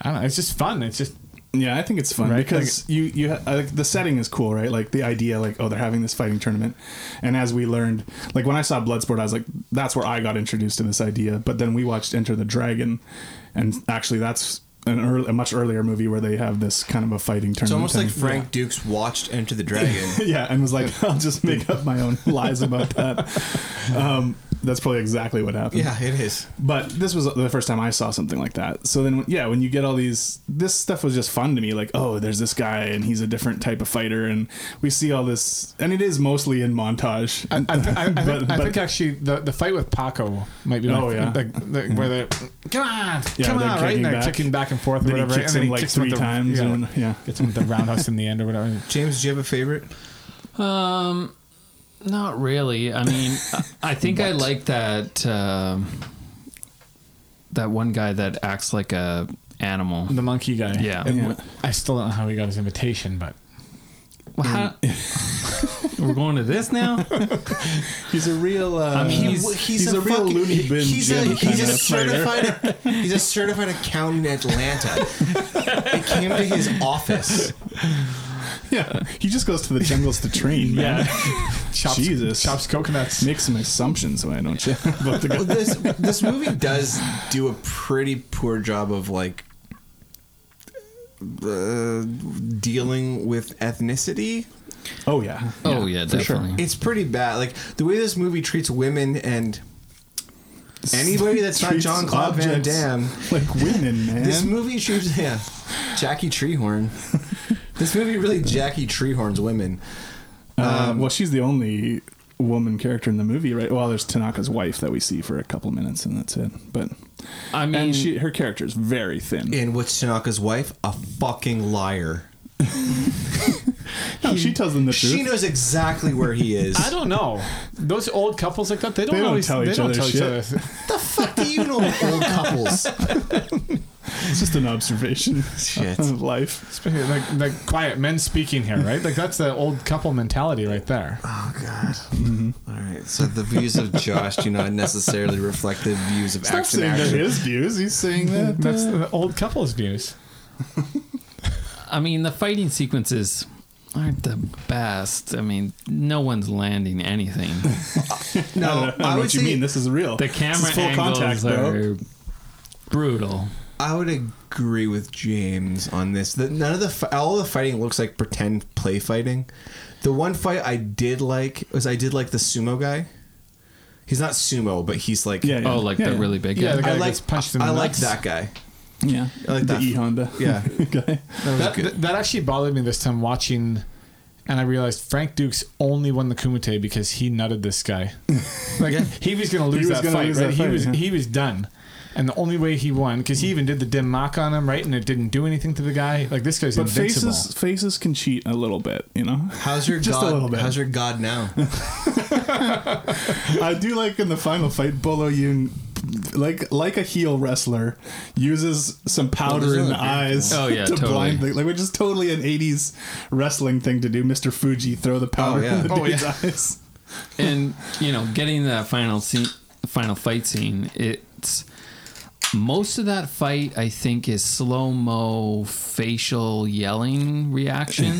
Speaker 4: I don't know. It's just fun. It's just
Speaker 2: yeah, I think it's fun
Speaker 4: Right,
Speaker 2: because you you ha- like the setting is cool, right? Like the idea, like oh, they're having this fighting tournament, and as we learned, like when I saw Bloodsport, I was like, that's where I got introduced to this idea. But then we watched Enter the Dragon, and actually, that's an early, a much earlier movie where they have this kind of a fighting tournament.
Speaker 1: It's almost like
Speaker 2: thing.
Speaker 1: Frank Dukes watched Enter the Dragon.
Speaker 2: yeah, and was like, I'll just make up my own lies about that. Um, that's probably exactly what happened.
Speaker 1: Yeah, it is.
Speaker 2: But this was the first time I saw something like that. So then, yeah, when you get all these, this stuff was just fun to me. Like, oh, there's this guy, and he's a different type of fighter, and we see all this, and it is mostly in montage.
Speaker 4: I, th- I, I,
Speaker 2: But-
Speaker 4: think, I
Speaker 2: but-
Speaker 4: think actually the, the fight with Paco might be. my-
Speaker 2: Oh, yeah.
Speaker 4: the, the- where they're come on,
Speaker 2: Yeah,
Speaker 4: come
Speaker 2: they're
Speaker 4: on, right?
Speaker 2: kicking
Speaker 4: And they're
Speaker 2: back.
Speaker 4: kicking back and forth or
Speaker 2: Then he
Speaker 4: whatever.
Speaker 2: kicks
Speaker 4: and then
Speaker 2: him, like,
Speaker 4: kicks him with
Speaker 2: three
Speaker 4: the-
Speaker 2: times
Speaker 4: Yeah,
Speaker 2: and- yeah.
Speaker 4: gets him with the roundhouse in the end or whatever.
Speaker 1: James, do you have a favorite?
Speaker 3: Um, not really. I mean, I, I think I like that um that one guy that acts like a animal.
Speaker 4: The monkey guy.
Speaker 3: Yeah.
Speaker 4: And w- I still don't know how he got his invitation, but
Speaker 3: How- We're going to this now.
Speaker 2: he's a real. Uh,
Speaker 3: I mean, he's,
Speaker 1: fucking-
Speaker 2: loony bin
Speaker 1: He's a
Speaker 2: Jim
Speaker 1: he's
Speaker 2: kinda
Speaker 1: a
Speaker 2: fighter.
Speaker 1: certified he's a certified accountant in Atlanta. It came to his office.
Speaker 2: Yeah, he just goes to the jungles to train, man.
Speaker 4: Chops-
Speaker 2: Jesus,
Speaker 4: chops coconuts.
Speaker 2: Make some assumptions, why don't you? About the guy.
Speaker 1: Well, this this movie does do a pretty poor job of like uh, dealing with ethnicity.
Speaker 2: Oh yeah.
Speaker 3: Oh, yeah,
Speaker 1: for
Speaker 3: definitely.
Speaker 1: It's pretty bad. Like the way this movie treats women and anybody that's not
Speaker 2: Treats
Speaker 1: John Claude Van
Speaker 2: objects
Speaker 1: Damme.
Speaker 2: like women, man.
Speaker 1: This movie treats yeah, Jackie Treehorn. this movie really Jackie Treehorn's women.
Speaker 2: Uh, well, she's the only woman character in the movie, right? Well, there's Tanaka's wife that we see for a couple minutes, and that's it. But
Speaker 3: I mean,
Speaker 2: and she, her character is very thin.
Speaker 1: And what's Tanaka's wife? A fucking liar.
Speaker 2: no, she tells them the truth.
Speaker 1: She knows exactly where he is.
Speaker 4: I don't know. Oh, Those old couples like that, they don't,
Speaker 2: They don't
Speaker 4: always,
Speaker 2: tell
Speaker 4: they
Speaker 2: each
Speaker 4: don't
Speaker 2: other
Speaker 4: tell
Speaker 2: shit.
Speaker 4: each other.
Speaker 1: the fuck do you know old couples?
Speaker 2: it's just an observation
Speaker 1: Shit.
Speaker 2: of life.
Speaker 4: Especially like, like quiet men speaking here, right? Like that's the old couple mentality right there.
Speaker 1: Oh god.
Speaker 2: Mm-hmm.
Speaker 1: All right. So the views of Josh do not necessarily reflect the views of
Speaker 2: Stop
Speaker 1: action
Speaker 2: saying that
Speaker 1: action.
Speaker 2: his views. He's saying that.
Speaker 4: That's
Speaker 2: uh,
Speaker 4: the old couples views.
Speaker 3: I mean, the fighting sequences aren't the best. I mean, no one's landing anything.
Speaker 1: No,
Speaker 2: I don't know, I know what you mean. This is real.
Speaker 3: The
Speaker 2: This is
Speaker 3: camera angles
Speaker 2: bro.
Speaker 3: are brutal.
Speaker 1: I would agree with James on this. That none of the fi- all the fighting looks like pretend play fighting. The one fight I did like was I did like the sumo guy. He's not sumo, but he's like
Speaker 2: Yeah, yeah.
Speaker 3: Oh, like the really big
Speaker 4: Yeah,
Speaker 3: guy.
Speaker 4: the guy
Speaker 1: I
Speaker 4: gets
Speaker 1: like
Speaker 4: punched in the
Speaker 1: I like
Speaker 4: nuts.
Speaker 1: that guy.
Speaker 2: Yeah,
Speaker 1: I like
Speaker 2: the
Speaker 1: that.
Speaker 2: E Honda.
Speaker 1: Yeah.
Speaker 2: guy.
Speaker 1: That was
Speaker 4: that,
Speaker 1: good.
Speaker 4: th- that actually bothered me this time watching, and I realized Frank Dukes only won the Kumite because he nutted this guy. Like he was going to lose
Speaker 2: was
Speaker 4: that
Speaker 2: gonna
Speaker 4: fight.
Speaker 2: lose
Speaker 4: right?
Speaker 2: that
Speaker 4: he
Speaker 2: fight,
Speaker 4: was
Speaker 2: yeah.
Speaker 4: he was done, and the only way he won because he even did the dim mock on him, right? And it didn't do anything to the guy. Like this guy's
Speaker 2: But
Speaker 4: invincible.
Speaker 2: faces faces can cheat a little bit, you know.
Speaker 1: how's your
Speaker 2: Just a
Speaker 1: god?
Speaker 2: little bit.
Speaker 1: How's your god now?
Speaker 2: I do like in the final fight, Bolo Yun, like like a heel wrestler, uses some powder in the
Speaker 1: another
Speaker 2: eyes
Speaker 3: Oh, yeah,
Speaker 2: to
Speaker 3: totally.
Speaker 2: blind the, like which is totally an '80s wrestling thing to do. Mister Fuji throw the powder
Speaker 1: Oh, yeah.
Speaker 2: in the
Speaker 1: Oh,
Speaker 2: dude's eyes.
Speaker 3: and you know, getting to that final scene, final fight scene, it's most of that fight. I think is slow mo facial yelling reaction.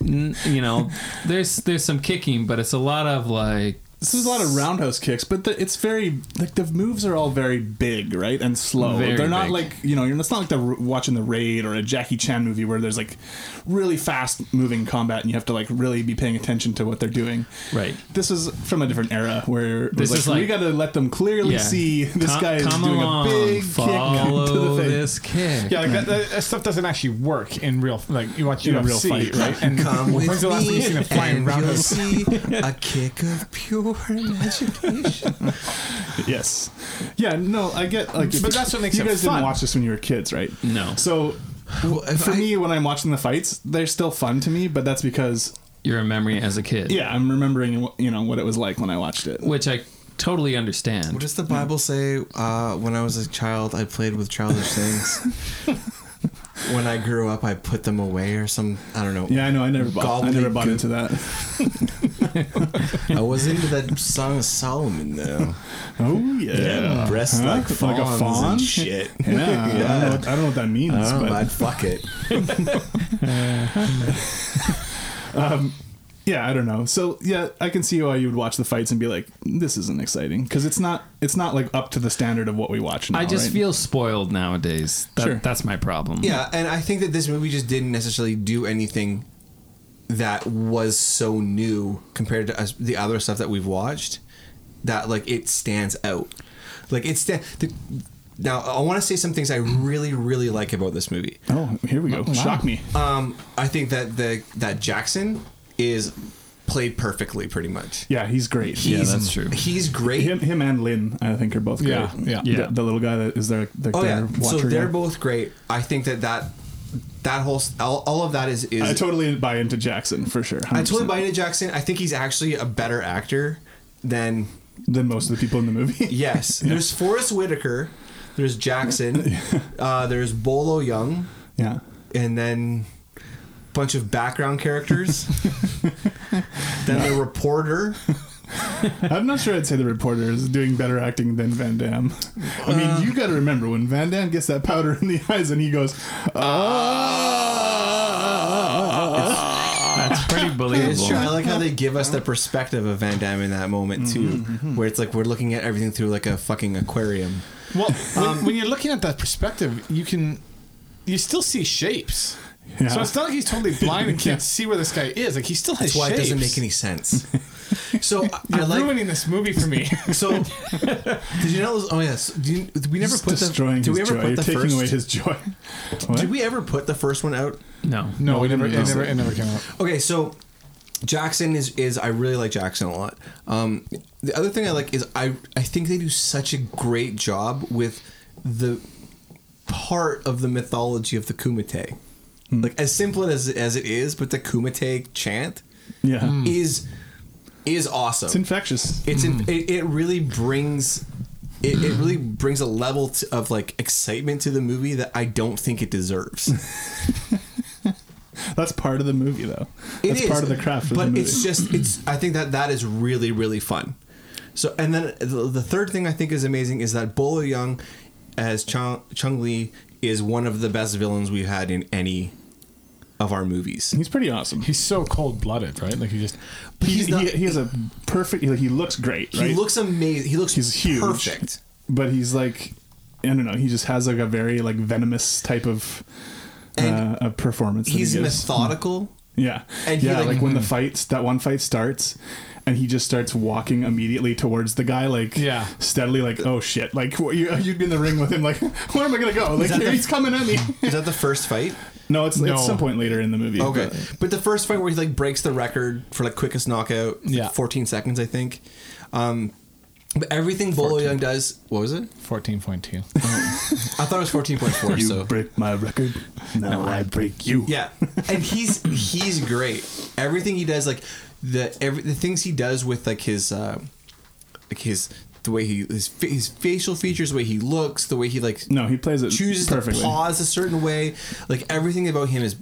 Speaker 3: N- you know, there's there's some kicking, but it's a lot of like
Speaker 2: This is a lot of roundhouse kicks, but the, it's very like the moves are all very big, right, and slow.
Speaker 3: Very
Speaker 2: They're not
Speaker 3: big.
Speaker 2: like you know, you're, it's not like the watching the raid or a Jackie Chan movie where there's like really fast moving combat and you have to like really be paying attention to what they're doing.
Speaker 3: right.
Speaker 2: This is from a different era where this
Speaker 3: This
Speaker 2: like,
Speaker 3: is like-
Speaker 2: we got to let them clearly
Speaker 3: Yeah.
Speaker 2: see this
Speaker 3: Come-
Speaker 2: guy is
Speaker 3: come
Speaker 2: doing
Speaker 3: along,
Speaker 2: a big
Speaker 3: follow
Speaker 2: kick to the face.
Speaker 3: this kick.
Speaker 4: yeah, like that, that, that stuff doesn't actually work in real. Like you watch
Speaker 2: In a
Speaker 4: UFC,
Speaker 2: real fight,
Speaker 4: right? And
Speaker 1: Come
Speaker 4: when's
Speaker 1: with
Speaker 4: the last time you seen a
Speaker 1: me,
Speaker 4: flying
Speaker 1: and you'll
Speaker 4: roundhouse?
Speaker 1: see a kick of pure imagination.
Speaker 2: Yes. Yeah. No, I get like.
Speaker 4: But that's what makes
Speaker 2: you
Speaker 4: it
Speaker 2: guys
Speaker 4: fun.
Speaker 2: didn't watch this when you were kids, right?
Speaker 3: No.
Speaker 2: So
Speaker 1: Well, if
Speaker 2: for
Speaker 1: I-
Speaker 2: me, when I'm watching the fights, they're still fun to me, but that's because
Speaker 3: Your memory as a kid,
Speaker 2: yeah, I'm remembering you know what it was like when I watched it.
Speaker 3: which I totally understand.
Speaker 1: What does the Bible say? Uh, when I was a child, I played with childish things. when I grew up, I put them away or some. I don't know.
Speaker 2: Yeah, I know. I never bought. I never bought
Speaker 1: gobbledygook.
Speaker 2: into that.
Speaker 1: I was into that Song of Solomon though.
Speaker 2: Oh yeah,
Speaker 1: breasts
Speaker 2: Huh?
Speaker 1: like fawns
Speaker 2: a fawn
Speaker 1: and shit. Oh,
Speaker 2: Yeah, I, don't know what, I don't know what that means,
Speaker 1: I don't know,
Speaker 2: but
Speaker 1: I'd fuck it.
Speaker 2: um, yeah, I don't know. So yeah, I can see why you would watch the fights and be like, "This isn't exciting" because it's not. It's not like up to the standard of what we watch now.
Speaker 3: I just
Speaker 2: right?
Speaker 3: feel spoiled nowadays. That,
Speaker 2: Sure.
Speaker 3: That's my problem.
Speaker 1: Yeah, and I think that this movie just didn't necessarily do anything that was so new compared to us, the other stuff that we've watched that like it stands out. Like it stand. The, now I want to say some things I really really like about this movie.
Speaker 2: Oh, Uh, here we go.
Speaker 1: Wow.
Speaker 2: Shock me.
Speaker 1: Um, I think that the that Jackson is played perfectly, pretty much.
Speaker 2: Yeah, he's great.
Speaker 1: He's- Yeah, that's true. He's great.
Speaker 2: Him, him and Lynn, I think, are both great.
Speaker 1: Yeah, yeah.
Speaker 2: The-
Speaker 1: Yeah.
Speaker 2: The, little guy that is their, their,
Speaker 1: oh
Speaker 2: their
Speaker 1: yeah, so
Speaker 2: watcher. guy.
Speaker 1: they're both great. I think that that that whole s- all, all of that is is
Speaker 2: I totally buy into Jackson for sure.
Speaker 1: I totally buy into Jackson. I think he's actually a better actor than
Speaker 2: than most of the people in the movie.
Speaker 1: yes, there's Forrest Whitaker, there's Jackson, uh, there's Bolo Young,
Speaker 2: yeah,
Speaker 1: and then a bunch of background characters. then the reporter.
Speaker 2: I'm not sure I'd say the reporter is doing better acting than Van Damme. I mean,
Speaker 1: Uh,
Speaker 2: you got to remember when Van Damme gets that powder in the eyes and he goes, ah.
Speaker 3: That's pretty
Speaker 1: It's true. I like how they give us the perspective of Van Damme in that moment too,
Speaker 4: Mm-hmm,
Speaker 1: where it's like we're looking at everything through like a fucking aquarium.
Speaker 4: Well, when, when you're looking at that perspective, you can you still see shapes.
Speaker 1: Yeah.
Speaker 4: So it's not like he's totally blind and can't see where this guy is. Like he still has
Speaker 1: That's why it doesn't
Speaker 4: shapes.
Speaker 1: make any sense. So I- I
Speaker 4: You're
Speaker 1: like.
Speaker 4: ruining this movie for me.
Speaker 1: So did you know? Oh yes, do you, did we never
Speaker 2: Just
Speaker 1: put
Speaker 2: destroying
Speaker 1: the. Did we
Speaker 2: his
Speaker 1: ever
Speaker 2: joy.
Speaker 1: put
Speaker 2: You're
Speaker 1: the
Speaker 2: taking
Speaker 1: first?
Speaker 2: away his joy.
Speaker 1: Did we ever put the first one out?
Speaker 3: No,
Speaker 4: No, we never- it never- it never came out.
Speaker 1: Okay, so Jackson is is I really like Jackson a lot. Um, the other thing I like is I I think they do such a great job with the part of the mythology of the Kumite.
Speaker 2: Hmm.
Speaker 1: Like as simple as as it is, but the Kumite chant
Speaker 2: Yeah.
Speaker 1: is is awesome.
Speaker 2: Hmm. It's infectious.
Speaker 1: It's in, it, it really brings it, it really brings a level t of like excitement to the movie that I don't think it deserves.
Speaker 2: That's part of the movie, though.
Speaker 1: It
Speaker 2: That's
Speaker 1: is,
Speaker 2: part of the craft of
Speaker 1: but
Speaker 2: the movie.
Speaker 1: it's just it's. I think that that is really really fun. So and then the, the third thing I think is amazing is that Bolo Young as Chung Chung Lee is one of the best villains we've had in any of our movies.
Speaker 2: He's pretty awesome.
Speaker 4: He's so cold blooded, right? Like he just
Speaker 2: he,
Speaker 1: he's not-
Speaker 2: he, he has a perfect. He, he looks great.
Speaker 1: He
Speaker 2: right?
Speaker 1: looks amazing. He looks
Speaker 2: He's huge.
Speaker 1: perfect.
Speaker 2: But he's like, I don't know. He just has like a very like venomous type of uh,
Speaker 1: And
Speaker 2: a performance. that he
Speaker 1: He's
Speaker 2: gives.
Speaker 1: methodical.
Speaker 2: Yeah,
Speaker 1: And he,
Speaker 2: yeah.
Speaker 1: like- Hmm.
Speaker 2: like, when the fights, that one fight starts, and he just starts walking immediately towards the guy, like
Speaker 4: Yeah.
Speaker 2: steadily, like oh shit, like wh- you, you'd be in the ring with him, like where am I gonna go? Like
Speaker 1: that the-
Speaker 2: he's coming at me.
Speaker 1: Is that the first fight?
Speaker 2: No, it's,
Speaker 1: No.
Speaker 2: it's some point later in the movie.
Speaker 1: Okay,
Speaker 2: but-
Speaker 1: but the first fight where he like breaks the record for like quickest knockout,
Speaker 2: Yeah.
Speaker 1: fourteen seconds, I think. Um, but everything Bolo Young does, what was it?
Speaker 4: fourteen point two.
Speaker 1: I thought it was fourteen point four.
Speaker 2: You
Speaker 1: so
Speaker 2: break my record, now I break you.
Speaker 1: yeah, and he's he's great. Everything he does, like the every, the things he does with like his uh, like his the way he his, fa- his facial features, the way he looks, the way he like
Speaker 2: No, he plays it
Speaker 1: chooses
Speaker 2: perfectly.
Speaker 1: to pause a certain way, like everything about him is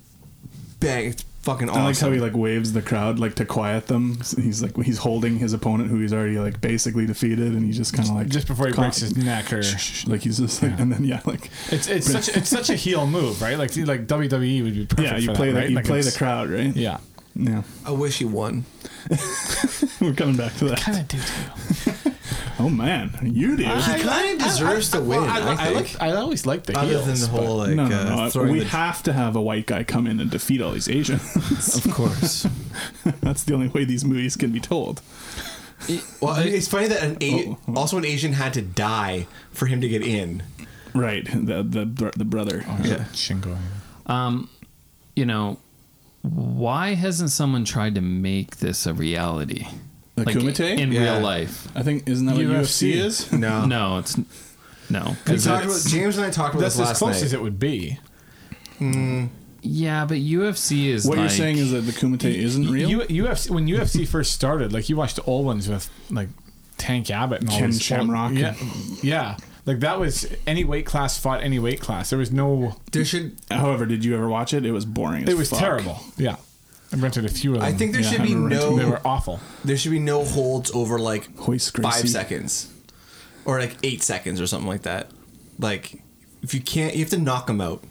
Speaker 1: bang, it's fucking awesome.
Speaker 2: I like how he like waves the crowd like to quiet them. So He's like he's holding his opponent who he's already like basically defeated, and he just kind of like
Speaker 4: Just before he breaks his neck or-
Speaker 2: like he's just like, and then yeah like
Speaker 4: It's it's such it's such a heel move, right? Like see, like WWE would be perfect.
Speaker 2: yeah you
Speaker 4: for
Speaker 2: play
Speaker 4: that,
Speaker 2: the,
Speaker 4: right?
Speaker 2: you
Speaker 4: Like,
Speaker 2: play the
Speaker 4: it's-
Speaker 2: crowd right
Speaker 4: Yeah.
Speaker 2: yeah
Speaker 1: I wish he won.
Speaker 2: we're coming back to that kind
Speaker 4: of do
Speaker 2: oh man you do
Speaker 1: I- He kinda deserves to win, I think.
Speaker 4: like- I always liked the
Speaker 1: Other
Speaker 4: heels.
Speaker 1: than the whole,
Speaker 4: but-
Speaker 1: like,
Speaker 2: no,
Speaker 1: uh,
Speaker 2: no, no.
Speaker 1: throwing
Speaker 2: we
Speaker 1: the-
Speaker 2: have to have a white guy come in and defeat all these Asians.
Speaker 1: Of course.
Speaker 2: That's the only way these movies can be told.
Speaker 1: Well, it's funny that an
Speaker 2: Oh,
Speaker 1: a- also an Asian had to die for him to get in.
Speaker 2: Right, the the, br- the brother.
Speaker 4: yeah. Shingo.
Speaker 3: Um, you know, why hasn't someone tried to make this a reality?
Speaker 2: The Kumite?
Speaker 3: in
Speaker 2: Yeah. Oh.
Speaker 3: real life.
Speaker 2: I think isn't that what UFC is?
Speaker 1: No.
Speaker 3: no, it's no.
Speaker 1: We
Speaker 3: 'cause
Speaker 1: talked
Speaker 3: it's-
Speaker 1: about, James and I talked about
Speaker 4: That's
Speaker 1: this last
Speaker 4: as close
Speaker 1: night.
Speaker 4: as it would be.
Speaker 3: Yeah, but UFC is
Speaker 2: What
Speaker 3: like,
Speaker 2: you're saying is that the Kumite isn't real.
Speaker 4: U- UFC when UFC first started, like you watched the old ones with like Tank Abbott and all
Speaker 2: Ken
Speaker 4: these old-
Speaker 2: Shamrock.
Speaker 4: yeah, yeah. Like that was any weight class fought any weight class. There was no.
Speaker 1: There should.
Speaker 2: However, did you ever watch it? It was boring. As
Speaker 4: It was
Speaker 2: fuck.
Speaker 4: terrible. Yeah, I rented a few of them.
Speaker 1: I think there
Speaker 4: Yeah.
Speaker 1: should be
Speaker 4: I rented-
Speaker 1: no.
Speaker 4: They were awful.
Speaker 1: There should be no holds over like
Speaker 2: Gracie.
Speaker 1: five seconds, or like eight seconds, or something like that. Like if you can't, you have to knock them out.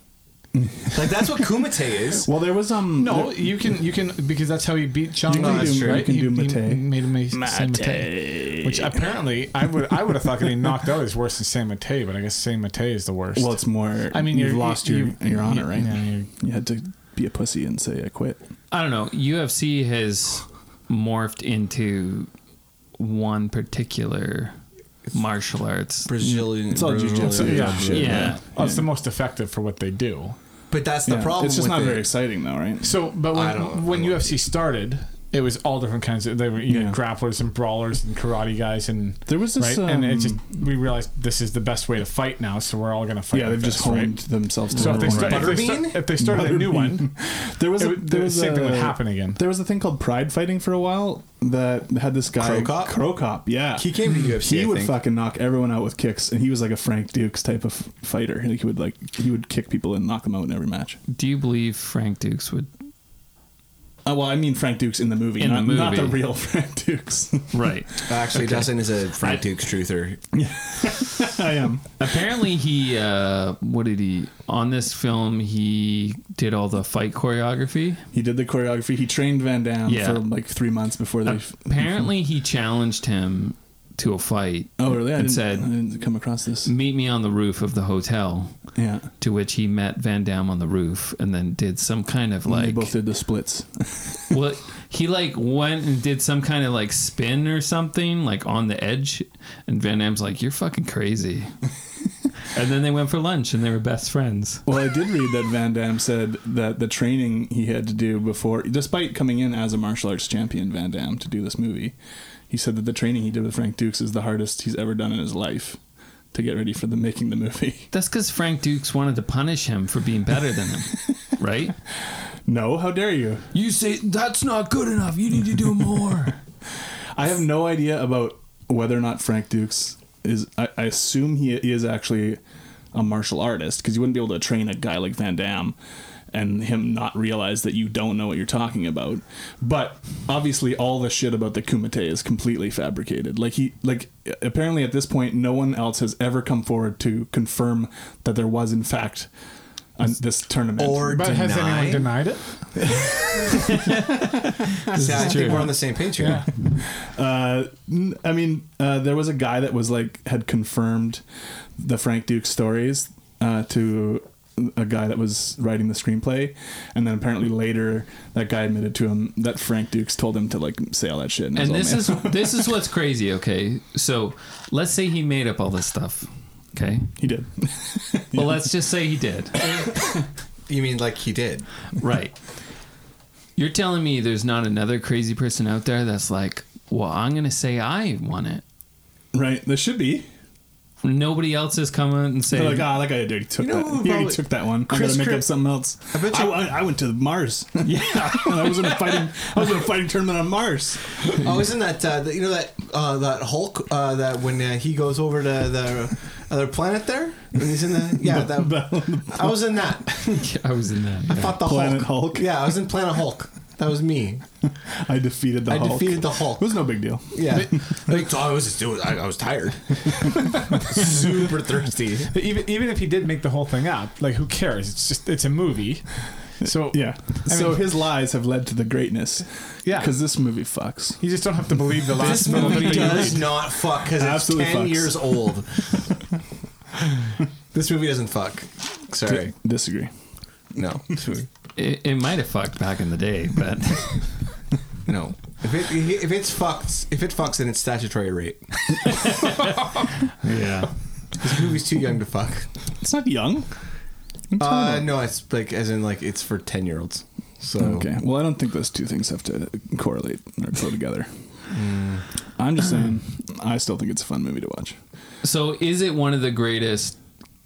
Speaker 1: like that's what Kumite is.
Speaker 2: Well, there was um.
Speaker 4: No,
Speaker 2: there-
Speaker 4: you can you can because that's how he beat John.
Speaker 2: You can
Speaker 4: Lawrence,
Speaker 2: do- you
Speaker 4: right?
Speaker 2: can
Speaker 4: He-
Speaker 2: do
Speaker 4: he
Speaker 2: mate.
Speaker 4: made him say
Speaker 2: Mate. uh,
Speaker 4: mate, which apparently I would I would have thought getting knocked out is worse than San Mate, but I guess San Mate is the worst.
Speaker 2: Well, it's more.
Speaker 4: I mean,
Speaker 2: you've
Speaker 4: you're-
Speaker 2: lost
Speaker 4: you-
Speaker 2: your
Speaker 4: you-
Speaker 2: your honor,
Speaker 4: you-
Speaker 2: right?
Speaker 4: yeah, you're-
Speaker 2: you had to be a pussy and say I quit.
Speaker 3: I don't know. UFC has morphed into one particular martial arts.
Speaker 1: Brazilian.
Speaker 2: It's all Brazilian jiu-jitsu.
Speaker 4: yeah,
Speaker 2: shit,
Speaker 3: yeah.
Speaker 4: Oh, it's the most effective for what they do.
Speaker 1: But that's the
Speaker 2: Yeah,
Speaker 1: problem.
Speaker 2: It's just
Speaker 1: with
Speaker 2: not
Speaker 1: it.
Speaker 2: very exciting, though, right?
Speaker 4: So, but
Speaker 1: I don't-
Speaker 4: when when UFC started, it was all different kinds of. They were you had grapplers and brawlers and karate guys and
Speaker 2: There was this,
Speaker 4: right? and it
Speaker 2: um,
Speaker 4: just we realized this is the best way to fight now, so we're all going to fight.
Speaker 2: Yeah,
Speaker 4: like
Speaker 2: they've just
Speaker 4: this, right?
Speaker 2: honed themselves. To
Speaker 4: So if they,
Speaker 2: their own
Speaker 4: start, if,
Speaker 2: right.
Speaker 4: they start, if they started a new one,
Speaker 2: There was
Speaker 4: It
Speaker 2: a,
Speaker 4: would-
Speaker 2: there
Speaker 4: the
Speaker 2: was
Speaker 4: same
Speaker 2: a,
Speaker 4: thing would happen again.
Speaker 2: There was a thing called pride fighting for a while that had this guy
Speaker 1: Crow Cop?
Speaker 2: Cop, yeah.
Speaker 1: He came to UFC,
Speaker 2: He
Speaker 1: I
Speaker 2: would
Speaker 1: think.
Speaker 2: fucking knock everyone out with kicks, and he was like a Frank Dukes type of fighter. Like he would like he would kick people and knock them out in every match.
Speaker 3: Do you believe Frank Dukes would?
Speaker 2: Uh, well, I mean Frank Dukes in the movie,
Speaker 3: In the
Speaker 2: not, not the
Speaker 3: movie.
Speaker 2: real Frank Dukes.
Speaker 3: Right.
Speaker 1: Actually, Dustin is a Frank Dukes truther.
Speaker 2: I am.
Speaker 3: Apparently, he uh, what did he on this film? He did all the fight choreography.
Speaker 2: He did the choreography. He trained Van Damme
Speaker 3: Yeah. Uh,
Speaker 2: for like three months before they.
Speaker 3: Apparently, he challenged him to a fight.
Speaker 2: oh really? I
Speaker 3: and
Speaker 2: didn't,
Speaker 3: said-
Speaker 2: I didn't come across this.
Speaker 3: Meet me on the roof of the hotel.
Speaker 2: Yeah.
Speaker 3: To which he met Van Damme on the roof, and then did some kind of
Speaker 2: they
Speaker 3: like
Speaker 2: both did the splits.
Speaker 3: well, he like went and did some kind of like spin or something like on the edge, and Van Damme's like, "You're fucking crazy." and then they went for lunch, and they were best friends.
Speaker 2: Well, I did read that Van Damme said that the training he had to do before, despite coming in as a martial arts champion, Van Damme, to do this movie, he said that the training he did with Frank Dukes is the hardest he's ever done in his life to get ready for the making the movie.
Speaker 3: That's because Frank Dukes wanted to punish him for being better than him, right?
Speaker 2: No, how dare you?
Speaker 3: You say that's not good enough. You need to do more.
Speaker 2: I have no idea about whether or not Frank Dukes is. I, I assume he is actually a martial artist because you wouldn't be able to train a guy like Van Damme and him not realize that you don't know what you're talking about. But obviously, all the shit about the kumite is completely fabricated. Like he, like apparently at this point, no one else has ever come forward to confirm that there was in fact. a- this tournament,
Speaker 1: Or
Speaker 4: but has anyone denied it?
Speaker 1: Yeah, I think we're on the same page here.
Speaker 2: Uh, n- I mean, uh, there was a guy that was like had confirmed the Frank Duke stories uh, to a guy that was writing the screenplay, and then apparently later that guy admitted to him that Frank Dukes told him to like say all that shit.
Speaker 3: and
Speaker 2: his
Speaker 3: this
Speaker 2: old
Speaker 3: is
Speaker 2: man-
Speaker 3: this is what's crazy. Okay, so let's say he made up all this stuff. Okay,
Speaker 2: he did.
Speaker 3: well, let's just say he did.
Speaker 1: You mean like he did?
Speaker 3: Right. You're telling me there's not another crazy person out there that's like, well, I'm going to say I won it.
Speaker 2: right. There should be.
Speaker 3: Nobody else has come out and
Speaker 2: They're
Speaker 3: said,
Speaker 2: like, ah, that guy already took
Speaker 1: You know
Speaker 2: that.
Speaker 1: who
Speaker 2: He already
Speaker 1: probably-
Speaker 2: took that one. I'm
Speaker 1: Chris
Speaker 2: gonna make
Speaker 1: Cr-
Speaker 2: up something else. I
Speaker 1: bet you-
Speaker 2: I, I went to Mars. Yeah, I was in a fighting. I was in a fighting tournament on Mars.
Speaker 1: Oh, isn't that uh, the, you know that uh, that Hulk uh, that when uh, he goes over to the other planet there when he's in the yeah that, I was in that
Speaker 3: I was in that.
Speaker 1: I fought the
Speaker 2: Planet
Speaker 1: Hulk.
Speaker 2: Hulk.
Speaker 1: Yeah, I was in Planet Hulk. That was me.
Speaker 2: I defeated the
Speaker 1: I
Speaker 2: Hulk.
Speaker 1: defeated the Hulk.
Speaker 2: It was no big deal.
Speaker 1: Yeah, so I was just doing. I, I was tired, super thirsty.
Speaker 4: But even even if he did make the whole thing up, like who cares? It's just it's a movie. So
Speaker 2: Yeah.
Speaker 4: I
Speaker 2: so
Speaker 4: mean-
Speaker 2: his lies have led to the greatness.
Speaker 4: Yeah.
Speaker 2: Because this movie fucks.
Speaker 4: you just don't have to believe the last
Speaker 1: This
Speaker 4: little
Speaker 1: movie
Speaker 4: bit. that you
Speaker 1: does
Speaker 4: read.
Speaker 1: not fuck because it's
Speaker 2: Absolutely
Speaker 1: ten
Speaker 2: fucks.
Speaker 1: years old. this movie doesn't fuck. Sorry,
Speaker 2: D- disagree.
Speaker 1: no, This movie-
Speaker 3: It, it might have fucked back in the day, but
Speaker 1: no. If it if it's fucked if it fucks then it's statutory rape.
Speaker 3: yeah.
Speaker 1: This movie's too young to fuck.
Speaker 2: It's not young. I'm
Speaker 1: Uh,
Speaker 2: telling you.
Speaker 1: no, it's like as in like it's for ten year olds. So
Speaker 2: Okay. Well, I don't think those two things have to correlate or go together.
Speaker 3: Mm.
Speaker 2: I'm just saying, I still think it's a fun movie to watch.
Speaker 3: So is it one of the greatest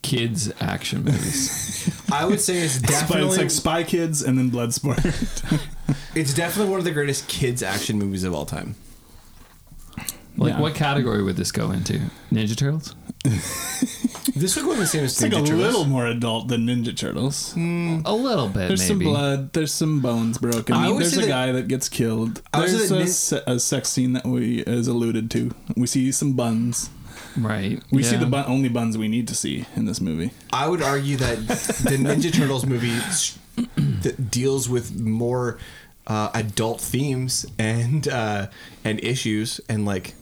Speaker 3: kids action movies?
Speaker 1: I would say it's
Speaker 2: But
Speaker 1: definitely
Speaker 2: it's
Speaker 1: it's,
Speaker 2: like Spy Kids and then Bloodsport.
Speaker 1: definitely one of the greatest kids action movies of all time.
Speaker 3: Like,
Speaker 2: Yeah.
Speaker 3: what category would this go into? Ninja Turtles?
Speaker 1: this would go in the same
Speaker 2: It's like a little more adult than Ninja Turtles.
Speaker 3: a little bit.
Speaker 2: Mm. There's some
Speaker 3: maybe.
Speaker 2: blood. There's some bones broken.
Speaker 3: I would
Speaker 2: there's
Speaker 3: say
Speaker 2: a
Speaker 3: that-
Speaker 2: guy that gets killed.
Speaker 3: I would say
Speaker 2: There's
Speaker 3: that
Speaker 2: a,
Speaker 3: Nin-
Speaker 2: se- a sex scene that we is alluded to. We see some buns.
Speaker 3: Right.
Speaker 2: We see
Speaker 1: yeah.
Speaker 2: the bun- only buns we need to see in this movie.
Speaker 1: I would argue that the Ninja Turtles movie s- that deals with more uh, adult themes and uh, and issues and like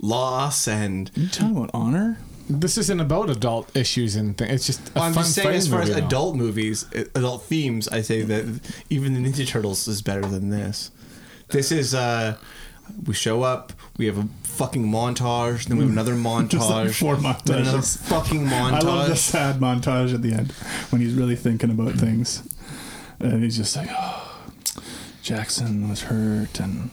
Speaker 1: loss and
Speaker 2: you talking about honor.
Speaker 4: This isn't about adult issues and things. It's just a
Speaker 1: I'm
Speaker 4: fun
Speaker 1: just saying,
Speaker 4: fighting
Speaker 1: as far as
Speaker 4: movie, though.
Speaker 1: adult movies, uh, adult themes, I say that even the Ninja Turtles is better than this. This is uh, we show up, we have a fucking montage, then we have another montage,
Speaker 2: Just like four
Speaker 1: then another
Speaker 2: montages.
Speaker 1: fucking montage.
Speaker 2: I love the sad montage at the end when he's really thinking
Speaker 3: Hmm.
Speaker 2: about things, and he's just like, "Oh, Jackson was hurt, and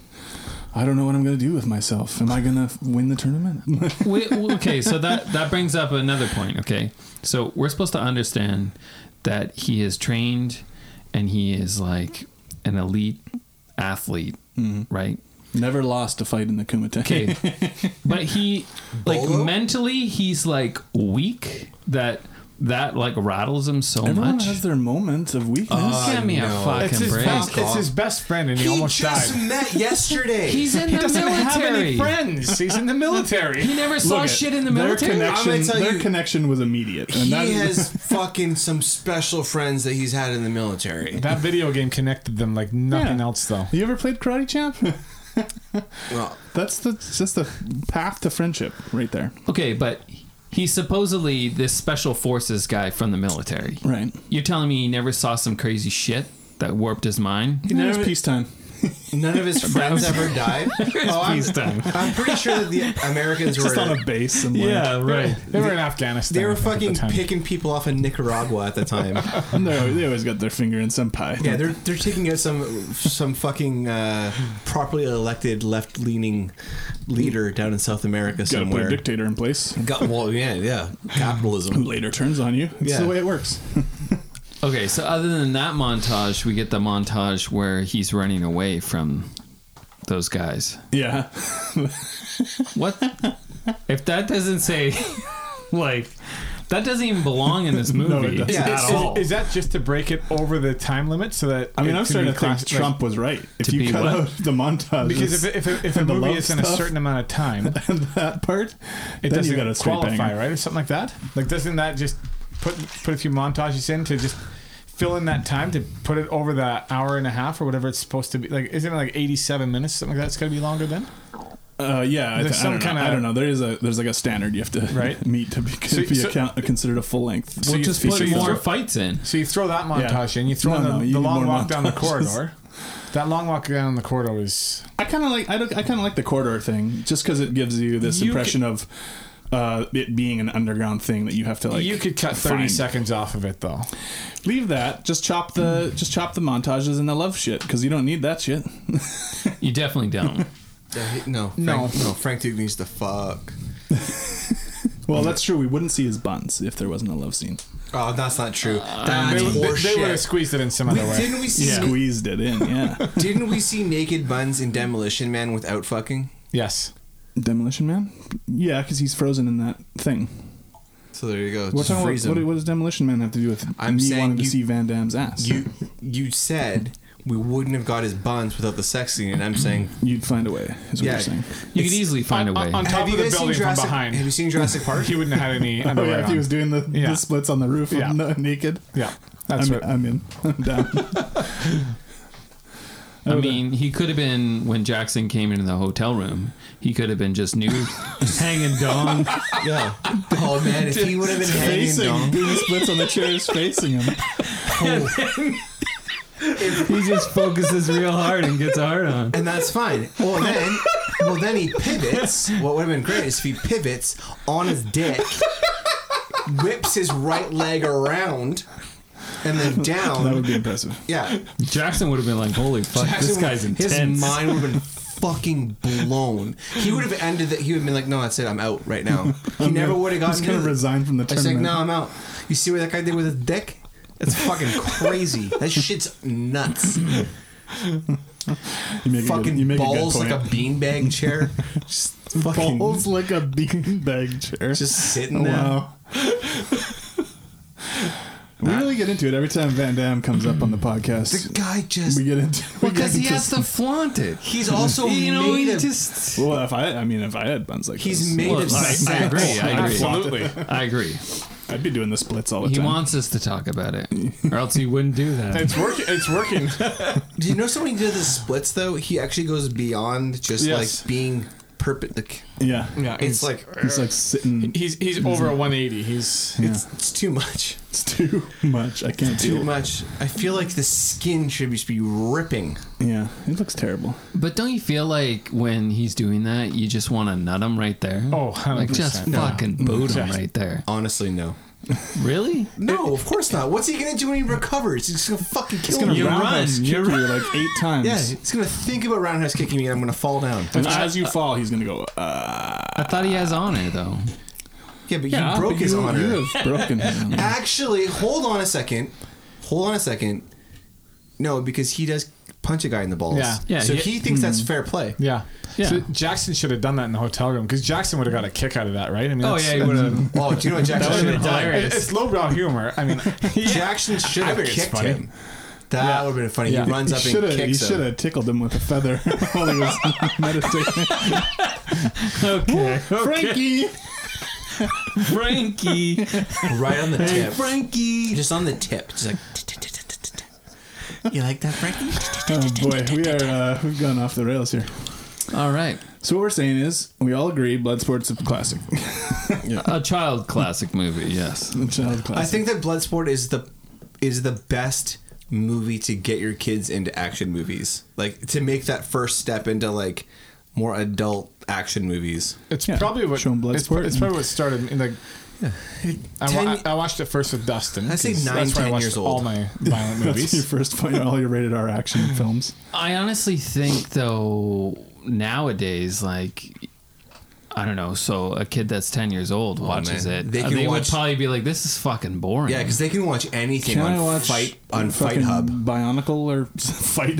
Speaker 2: I don't know what I'm gonna do with myself. Am I gonna f- win the tournament?"
Speaker 3: we, well, okay, so that that brings up another point. Okay, so we're supposed to understand that he is trained and he is like an elite athlete,
Speaker 4: Mm-hmm.
Speaker 3: right?
Speaker 2: Never lost a fight in the Kumite.
Speaker 3: Okay, but he like mentally he's like weak that that like rattles him so
Speaker 2: Everyone
Speaker 3: much.
Speaker 2: has their moments of weakness.
Speaker 3: Oh, Give me a no. fucking
Speaker 4: it's his
Speaker 3: break.
Speaker 4: Best, it's his best friend, and he,
Speaker 3: He
Speaker 4: almost
Speaker 3: just
Speaker 4: died.
Speaker 11: met yesterday.
Speaker 3: He's in
Speaker 4: he
Speaker 3: the
Speaker 4: doesn't have
Speaker 3: military.
Speaker 4: any friends. He's in the military.
Speaker 3: He never saw
Speaker 2: Look at-
Speaker 3: shit in the
Speaker 2: their
Speaker 3: military.
Speaker 2: Connection,
Speaker 11: I'm gonna tell
Speaker 2: their
Speaker 11: you-
Speaker 2: connection was immediate.
Speaker 11: He
Speaker 2: that-
Speaker 11: has fucking some special friends that he's had in the military.
Speaker 4: That video game connected them like nothing else, though.
Speaker 2: You ever played Karate Champ?
Speaker 11: Well,
Speaker 2: That's the it's just the path to friendship right there.
Speaker 3: Okay, but he's supposedly this special forces guy from the military.
Speaker 2: Right.
Speaker 3: You're telling me he never saw some crazy shit that warped his mind?
Speaker 2: None of peacetime.
Speaker 11: None of his friends ever died. Oh, I'm,
Speaker 3: peacetime.
Speaker 11: I'm pretty sure that the Americans were
Speaker 2: Just on a base somewhere.
Speaker 4: They were in Afghanistan.
Speaker 11: They
Speaker 4: I
Speaker 11: were
Speaker 4: think, at the
Speaker 11: fucking
Speaker 4: time.
Speaker 11: picking people off in Nicaragua at the time.
Speaker 2: no, they always got their finger in some pie.
Speaker 11: Yeah, they're they're taking out some some fucking uh, properly elected left leaning leader down in South America
Speaker 2: got to put a
Speaker 11: somewhere.
Speaker 2: dictator in place
Speaker 11: Got well, yeah, yeah,
Speaker 2: who
Speaker 11: capitalism.
Speaker 2: later turns on you. It's
Speaker 11: Yeah.
Speaker 2: the way it works.
Speaker 3: Okay, so other than that montage, we get the montage where he's running away from those guys.
Speaker 2: Yeah.
Speaker 3: What? if that doesn't say, like, that doesn't even belong in this movie
Speaker 2: doesn't.
Speaker 3: at
Speaker 4: Is-
Speaker 3: all.
Speaker 4: Is, that just to break it over the time limit so that
Speaker 2: I mean,
Speaker 4: it
Speaker 2: I'm
Speaker 4: can
Speaker 2: starting
Speaker 4: be
Speaker 2: to think
Speaker 4: class- like-
Speaker 2: Trump was right. If
Speaker 3: To
Speaker 2: you
Speaker 3: be
Speaker 2: cut
Speaker 3: what?
Speaker 2: out the montage,
Speaker 4: because if, if, if, if a
Speaker 2: and the
Speaker 4: movie
Speaker 2: love
Speaker 4: is in a
Speaker 2: stuff.
Speaker 4: certain amount of time,
Speaker 2: that part,
Speaker 4: it
Speaker 2: then you
Speaker 4: doesn't
Speaker 2: got a straight
Speaker 4: qualify,
Speaker 2: banger.
Speaker 4: right, or something like that. Like, doesn't that just put put a few montages in to just fill in that time to put it over the hour and a half or whatever it's supposed to be? Like, isn't it like eighty-seven minutes, something like that? It's got to be longer than.
Speaker 2: Uh, yeah,
Speaker 4: There's
Speaker 2: I, th- I
Speaker 4: some
Speaker 2: don't know.
Speaker 4: kinda-
Speaker 2: I don't know. There is a there's like a standard you have to
Speaker 4: Right.
Speaker 2: meet to be,
Speaker 4: So-
Speaker 2: be
Speaker 4: so-
Speaker 2: account, considered a full length.
Speaker 4: So
Speaker 3: We'll
Speaker 4: you-
Speaker 3: just
Speaker 4: so
Speaker 3: put
Speaker 4: you-
Speaker 3: more fights in.
Speaker 4: So you throw that
Speaker 2: Yeah.
Speaker 4: montage in, you throw
Speaker 2: No,
Speaker 4: in the,
Speaker 2: no, you
Speaker 4: the
Speaker 2: need
Speaker 4: long
Speaker 2: more
Speaker 4: walk down the
Speaker 2: montages.
Speaker 4: corridor. That long walk down the corridor is
Speaker 2: I kind of like I, don't- I kind of like the corridor thing just because it gives you this
Speaker 4: You
Speaker 2: impression of uh, it being an underground thing that you have to like.
Speaker 4: you could cut thirty
Speaker 2: find.
Speaker 4: seconds off of it though.
Speaker 2: Leave that. Just chop the just chop the montages and the love shit because you don't need that shit.
Speaker 3: You definitely don't.
Speaker 11: Yeah, he- no, Frank,
Speaker 4: No.
Speaker 11: no, Frank Duke needs to fuck.
Speaker 2: Well, that's true. We wouldn't see his buns if there wasn't a love scene.
Speaker 11: Oh, that's not true. That's
Speaker 4: Uh, They,
Speaker 11: horseshit.
Speaker 4: would have squeezed it in some
Speaker 11: We-
Speaker 4: other way.
Speaker 11: didn't we see
Speaker 2: Squeezed it in. Yeah.
Speaker 11: didn't we see naked buns in Demolition Man without fucking?
Speaker 4: Yes.
Speaker 2: Demolition Man. Yeah, because he's frozen in that thing.
Speaker 11: So there you go.
Speaker 2: We're
Speaker 11: Just
Speaker 2: talking
Speaker 11: freeze
Speaker 2: about, what,
Speaker 11: him.
Speaker 2: what does Demolition Man have to do with
Speaker 11: I'm
Speaker 2: me
Speaker 11: saying
Speaker 2: wanting to
Speaker 11: you-
Speaker 2: see Van Damme's ass?
Speaker 11: you you said we wouldn't have got his buns without the sex scene, and I'm saying
Speaker 2: You'd find a way. Is what
Speaker 11: Yeah.
Speaker 2: you're saying.
Speaker 3: You could easily find a
Speaker 4: on-
Speaker 3: way.
Speaker 4: on top
Speaker 11: have
Speaker 4: of
Speaker 11: you
Speaker 4: the
Speaker 11: guys seen
Speaker 4: building from
Speaker 11: Jurassic?
Speaker 4: behind.
Speaker 11: Have you seen Jurassic Park?
Speaker 4: He wouldn't have had any
Speaker 2: Oh
Speaker 4: underwear
Speaker 2: yeah, if he
Speaker 4: on.
Speaker 2: was doing the,
Speaker 4: Yeah.
Speaker 2: the splits on the roof
Speaker 4: Yeah.
Speaker 2: and, uh, naked.
Speaker 4: yeah, that's
Speaker 2: I'm,
Speaker 4: what.
Speaker 2: I'm in. I'm down.
Speaker 3: I mean, he could have been when Jackson came into the hotel room. He could have been just nude, hanging dong.
Speaker 11: yeah. Oh man, if he would have been hanging
Speaker 2: facing
Speaker 11: dong,
Speaker 2: doing the splits on the chairs, facing him.
Speaker 10: He just focuses real hard and gets hard on.
Speaker 11: and that's fine. Well then, well then he pivots. What would have been great is if he pivots on his dick, whips his right leg around, and then
Speaker 2: That
Speaker 11: down.
Speaker 2: would be impressive.
Speaker 11: Yeah,
Speaker 3: Jackson would have been like, "Holy fuck, this
Speaker 11: Jackson
Speaker 3: guy's
Speaker 11: would-
Speaker 3: intense."
Speaker 11: His mind would have been fucking blown. He would have ended that. He would have been like, "No, that's it. I'm out right now." He never would have gotten.
Speaker 2: He's gonna
Speaker 11: into it.
Speaker 2: resign from the
Speaker 11: I was like,
Speaker 2: tournament.
Speaker 11: "No, I'm out." You see what that guy did with his dick? That's fucking crazy. That shit's nuts.
Speaker 2: you make a good-
Speaker 11: fucking
Speaker 2: you make a good
Speaker 11: balls like
Speaker 2: point.
Speaker 11: a beanbag chair. Just
Speaker 1: Fucking-
Speaker 2: Balls Oh, like a beanbag chair.
Speaker 1: Just sitting there.
Speaker 2: we really get into it every time Van Damme comes up on the podcast.
Speaker 11: The guy just
Speaker 2: we get into we get
Speaker 11: because he
Speaker 2: into
Speaker 11: has
Speaker 2: some-
Speaker 11: to flaunt it. He's also You know, made he a- just-
Speaker 2: well. If I, I mean, if I had buns like
Speaker 11: He's
Speaker 2: this,
Speaker 11: made
Speaker 2: well,
Speaker 11: a
Speaker 3: I agree. I agree. I agree.
Speaker 2: I'd be doing the splits all the
Speaker 3: He
Speaker 2: time.
Speaker 3: wants us to talk about it, or else he wouldn't do that.
Speaker 2: It's working. It's working.
Speaker 1: Do you notice when he did the splits though? He actually goes beyond just
Speaker 2: Yes.
Speaker 1: like being perpendicular.
Speaker 2: yeah,
Speaker 4: Yeah,
Speaker 1: It's
Speaker 4: he's-
Speaker 1: like
Speaker 2: He's like sitting.
Speaker 4: He's he's over a 180. He's
Speaker 2: Yeah.
Speaker 1: it's, it's too much.
Speaker 2: It's too much. I can't
Speaker 1: Too
Speaker 2: do it.
Speaker 1: much. I feel like the skin should just be ripping.
Speaker 2: Yeah, it looks terrible.
Speaker 3: But don't you feel like when he's doing that, you just want to nut him right there?
Speaker 4: oh, 100%.
Speaker 3: like just
Speaker 4: No.
Speaker 3: fucking boot him
Speaker 4: Just-
Speaker 3: right there.
Speaker 1: Honestly, no.
Speaker 3: Really?
Speaker 1: No, of course not. What's he gonna do when he recovers? He's gonna fucking kill
Speaker 2: It's gonna
Speaker 1: me.
Speaker 3: You
Speaker 2: roundhouse
Speaker 3: run,
Speaker 2: kick
Speaker 3: you
Speaker 2: you like eight times.
Speaker 1: Yeah, he's gonna think about roundhouse kicking me, and I'm gonna fall down.
Speaker 2: And as you fall, he's gonna go. Uh,
Speaker 3: I thought he has honor though.
Speaker 1: Yeah, but
Speaker 2: yeah,
Speaker 1: you broke
Speaker 2: but
Speaker 1: his
Speaker 2: you,
Speaker 1: honor.
Speaker 2: You have broken him.
Speaker 1: Actually, hold on a second. Hold on a second. No, because he does punch a guy in the balls.
Speaker 4: Yeah.
Speaker 3: Yeah,
Speaker 1: So
Speaker 3: he-
Speaker 1: he, thinks that's fair play.
Speaker 4: Yeah.
Speaker 3: Yeah.
Speaker 4: So Jackson should have done that in the hotel room because Jackson would have got a kick out of that, right? I mean,
Speaker 3: Oh,
Speaker 4: that's-
Speaker 3: yeah, he would have.
Speaker 1: Oh, do you know what Jackson
Speaker 3: would've
Speaker 1: should
Speaker 3: been
Speaker 1: have done?
Speaker 3: hilarious.
Speaker 4: It's lowbrow humor. I mean,
Speaker 1: Jackson should
Speaker 4: I
Speaker 1: have
Speaker 4: think it's
Speaker 1: kicked
Speaker 4: funny.
Speaker 1: him. That would have been funny.
Speaker 4: Yeah.
Speaker 1: He runs up
Speaker 2: he
Speaker 1: and
Speaker 2: shoulda- he
Speaker 1: kicks
Speaker 2: should
Speaker 1: him.
Speaker 2: have tickled him with a feather while he was meditating.
Speaker 3: Okay.
Speaker 2: Frankie,
Speaker 3: Frankie.
Speaker 1: Right on the tip.
Speaker 3: Frankie.
Speaker 1: Just on the tip. Just like. "T-t-t-t-t-t-t-t." You like that, Frankie?
Speaker 2: oh boy, we are uh, we've gone off the rails here.
Speaker 3: All right.
Speaker 2: So what we're saying is, we all agree, Bloodsport's a classic,
Speaker 3: A child classic movie, yes.
Speaker 2: a child classic.
Speaker 1: I think that Bloodsport is the is the best movie to get your kids into action movies. Like to make that first step into like more adult action movies.
Speaker 4: it's
Speaker 2: Yeah.
Speaker 4: probably what
Speaker 2: Show him blood
Speaker 4: it's,
Speaker 2: sport
Speaker 4: it's
Speaker 2: and-
Speaker 4: probably what started. In like, I, wa-
Speaker 1: Ten-
Speaker 4: I watched it first with Dustin.
Speaker 1: I'd say
Speaker 4: 'cause
Speaker 1: nine,
Speaker 4: that's where I
Speaker 1: 10
Speaker 4: watched
Speaker 1: years
Speaker 4: All
Speaker 1: old.
Speaker 4: my violent
Speaker 2: That's your
Speaker 4: movies.
Speaker 2: first find all your rated R action films.
Speaker 3: I honestly think though nowadays, like I don't know, so a kid that's ten years old watches
Speaker 1: man.
Speaker 3: it. uh,
Speaker 1: They
Speaker 3: They,
Speaker 1: can
Speaker 3: would
Speaker 1: watch-
Speaker 3: probably be like, This is fucking boring.
Speaker 1: Yeah, because they can watch anything
Speaker 2: Can
Speaker 1: on
Speaker 2: I watch
Speaker 1: Fight on Fight
Speaker 2: fucking
Speaker 1: Hub.
Speaker 2: Bionicle or Fight